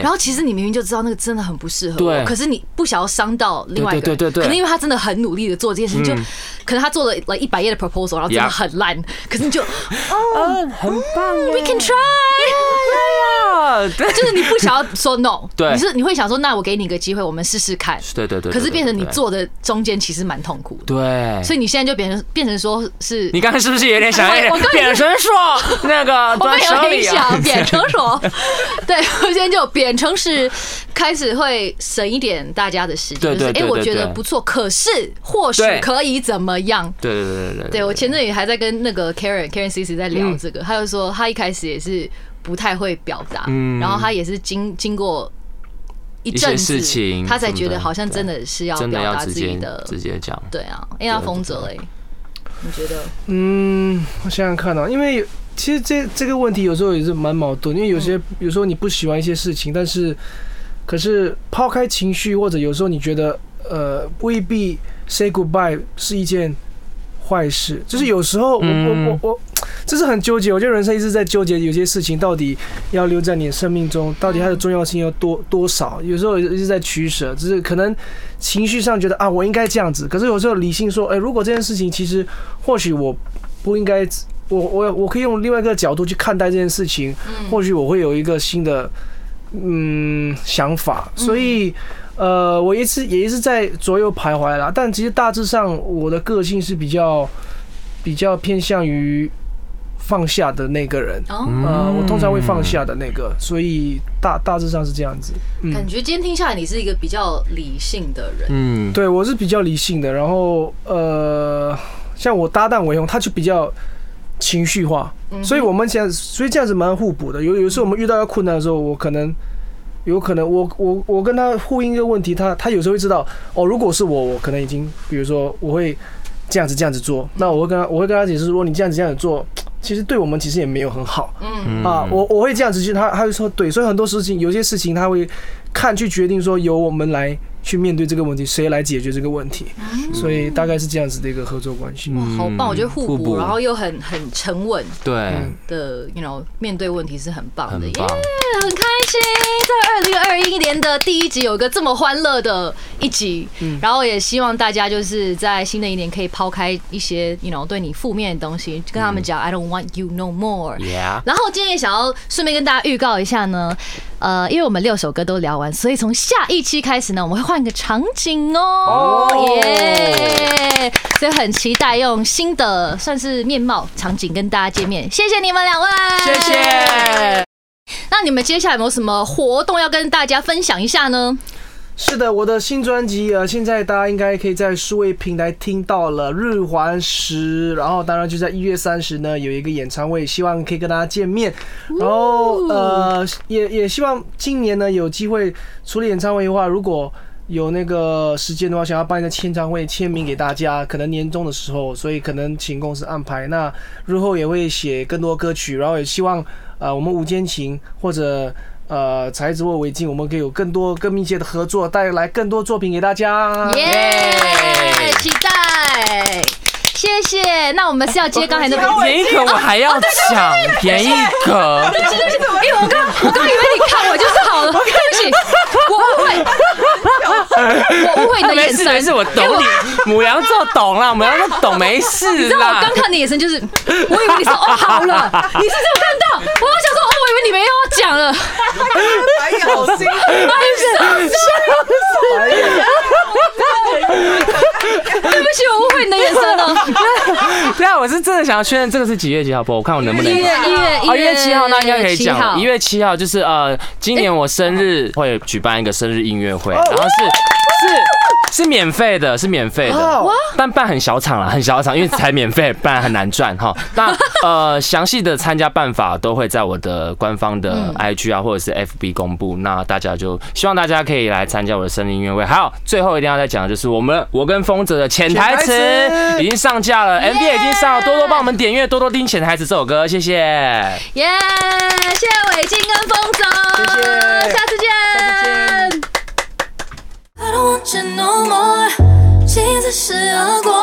Speaker 4: 然，后其实你明明就知道那个真的很不适合我，
Speaker 1: 对
Speaker 4: 可是你不想要伤到另外一个人，
Speaker 1: 对对对对对嗯
Speaker 4: 可能因为他真的很努力的做这件事情，就可能他做了来一百页的 proposal，然后真的
Speaker 1: Yeah
Speaker 4: 很烂，可是你就
Speaker 1: 嗯，很棒耶
Speaker 4: we can try，
Speaker 1: 啊，对
Speaker 4: 就是你不想要说 no，
Speaker 1: 对
Speaker 4: 你是你会想说那我给你一个机会，我们试试看，
Speaker 1: 对对对，
Speaker 4: 可是
Speaker 1: 对
Speaker 4: 变成你，做的中间其实蛮痛苦的，
Speaker 1: 对对，
Speaker 4: 所以你现在就变成变成说是
Speaker 1: 你。刚才是不是有点想
Speaker 4: 我我刚才
Speaker 1: 扁成硕那个
Speaker 4: 我
Speaker 1: 端
Speaker 4: 们
Speaker 1: 手
Speaker 4: 有
Speaker 1: 里
Speaker 4: 影
Speaker 1: 啊？
Speaker 4: 响扁 成所， 对我现在就扁成是开始会省一点大家的时间，
Speaker 1: 对
Speaker 4: 就
Speaker 1: 对
Speaker 4: 是
Speaker 1: 对
Speaker 4: 哎，
Speaker 1: 对
Speaker 4: 我觉得
Speaker 1: 对
Speaker 4: 不错，可是或许
Speaker 1: 对
Speaker 4: 可以怎么样？
Speaker 1: 对对对对对嗯
Speaker 4: 对我前阵也还在跟那个 Karen Karen C C 在聊这个，他就说他一开始也是不太会表达，
Speaker 1: 嗯
Speaker 4: 然后他也是经经过一
Speaker 1: 一
Speaker 4: 阵
Speaker 1: 些
Speaker 4: 子
Speaker 1: 事情
Speaker 4: 他才
Speaker 1: 什
Speaker 4: 觉
Speaker 1: 么
Speaker 4: 得
Speaker 1: 的
Speaker 4: 好像真的是要
Speaker 1: 真的
Speaker 4: 表
Speaker 1: 要
Speaker 4: 达
Speaker 1: 直
Speaker 4: 自己
Speaker 1: 接
Speaker 4: 的，
Speaker 1: 直接讲，
Speaker 4: 对啊，哎呀，
Speaker 1: 对
Speaker 4: 风泽嘞，你觉得？
Speaker 3: 嗯，我想想看啊，因为其实这这个问题有时候也是蛮矛盾，因为有些有时候你不喜欢一些事情，但是可是抛开情绪，或者有时候你觉得呃未必 say goodbye 是一件坏事，就是有时候我
Speaker 1: 嗯
Speaker 3: 我我我。这是很纠结，我觉得人生一直在纠结，有些事情到底要留在你的生命中，到底它的重要性要多多少？有时候一直在取舍，只是可能情绪上觉得啊，我应该这样子，可是有时候理性说，哎、如果这件事情其实或许我不应该，我我我可以用另外一个角度去看待这件事情，或许我会有一个新的嗯想法，所以。呃，我一直也一直在左右徘徊啦，但其实大致上我的个性是比较比较偏向于放下的那个人。
Speaker 1: 嗯
Speaker 4: 哦，
Speaker 3: 呃，我通常会放下的那个，所以大大致上是这样子。嗯，
Speaker 4: 感觉今天听下来你是一个比较理性的人，
Speaker 1: 嗯，
Speaker 3: 对我是比较理性的，然后呃，像我搭档伟雄，他就比较情绪化，所以我们现在所以这样子蛮互补的。有有时候我们遇到要困难的时候，我可能。有可能我我我跟他呼应一个问题，他他有时候会知道哦，如果是我，我可能已经比如说我会这样子这样子做，那我会跟他我会跟他解释说，你这样子这样子做，其实对我们其实也没有很好，
Speaker 1: 嗯
Speaker 3: 啊，我我会这样子去，他他就说对，所以很多事情，有些事情他会看去决定说由我们来去面对这个问题，谁来解决这个问题，所以大概是这样子的一个合作关系。
Speaker 4: 哇，好棒！我觉得
Speaker 1: 嗯
Speaker 4: 互
Speaker 1: 互
Speaker 4: 补，
Speaker 1: 补
Speaker 4: 然后又很很沉稳
Speaker 1: 对，
Speaker 4: 的，you know，面对问题是很棒的，
Speaker 1: 很
Speaker 4: 耶
Speaker 1: 棒，
Speaker 4: 很开心，在二零二一年的第一集有一个这么欢乐的一集，
Speaker 1: 嗯
Speaker 4: 然后也希望大家就是在新的一年可以抛开一些，you know，对你负面的东西，跟
Speaker 1: 嗯
Speaker 4: 他们讲、I don't want you no more。
Speaker 1: ，Yeah，
Speaker 4: 然后今天也想要顺便跟大家预告一下呢，呃，因为我们六首歌都聊完，所以从下一期开始呢，我们会换个场景哦，耶！所以很期待用新的算是面貌场景跟大家见面，谢谢你们两位，
Speaker 1: 谢谢。
Speaker 4: 那你们接下来有没有什么活动要跟大家分享一下呢？
Speaker 3: 是的，我的新专辑呃，现在大家应该可以在数位平台听到了《日环食》，然后当然就在一月三十呢有一个演唱会，希望可以跟大家见面。然后呃，也也希望今年呢有机会，除了演唱会的话，如果有那个时间的话，想要办一个签唱会，签名给大家，可能年终的时候，所以可能请公司安排。那日后也会写更多歌曲，然后也希望呃，我们无间情或者呃才子或围巾，我们可以有更多更密切的合作，带来更多作品给大家。
Speaker 4: 耶、期待，谢谢。那我们是要接刚才那个。
Speaker 1: 便宜可我还要抢，便宜
Speaker 4: 哦
Speaker 1: 可，
Speaker 4: 因为我刚我刚以为你看我就是好了，对不起，我误会，我误会你的
Speaker 1: 没
Speaker 4: 眼
Speaker 1: 事
Speaker 4: 神。
Speaker 1: 没事，我懂你，母羊座懂啦，母羊座懂没事
Speaker 4: 你知道我
Speaker 1: 啦
Speaker 4: 刚。看你的眼神就是，我以为你说哦好了，你是这么看到，我想说哦，我以为你你们又要讲了，
Speaker 5: 白眼好辛苦，白眼
Speaker 4: 对不起，我误会你的眼神了。
Speaker 1: 对啊，我是真的想要确认这个是几月几号播，我看我能不能
Speaker 4: 一。月一月
Speaker 1: 哦，一月七号那应该可以
Speaker 4: 7号
Speaker 1: 讲。一月七号就是呃，今年我生日会举办一个生日音乐会，
Speaker 4: 哦
Speaker 1: 然后是是是免费的，是免费
Speaker 4: 哦
Speaker 1: 的，但办很小场啦，很小场，因为才免费，办很难赚 哈。那呃，详细的参加办法都会在我的官方
Speaker 3: 嗯
Speaker 1: 的 IG 啊，或者是 FB 公布。那大家就希望大家可以来参加我的生日音乐会。还有最后一定要再讲的就是我们我跟风泽的潜台词
Speaker 3: 潜台词
Speaker 1: 已经上架了，MV 已经上了，多多帮我们点阅，多多听潜台词这首歌，谢谢。
Speaker 4: 耶！谢谢伟静跟风总，
Speaker 3: 谢谢
Speaker 4: 下次见。
Speaker 6: I don't want you no more，镜子是恶果，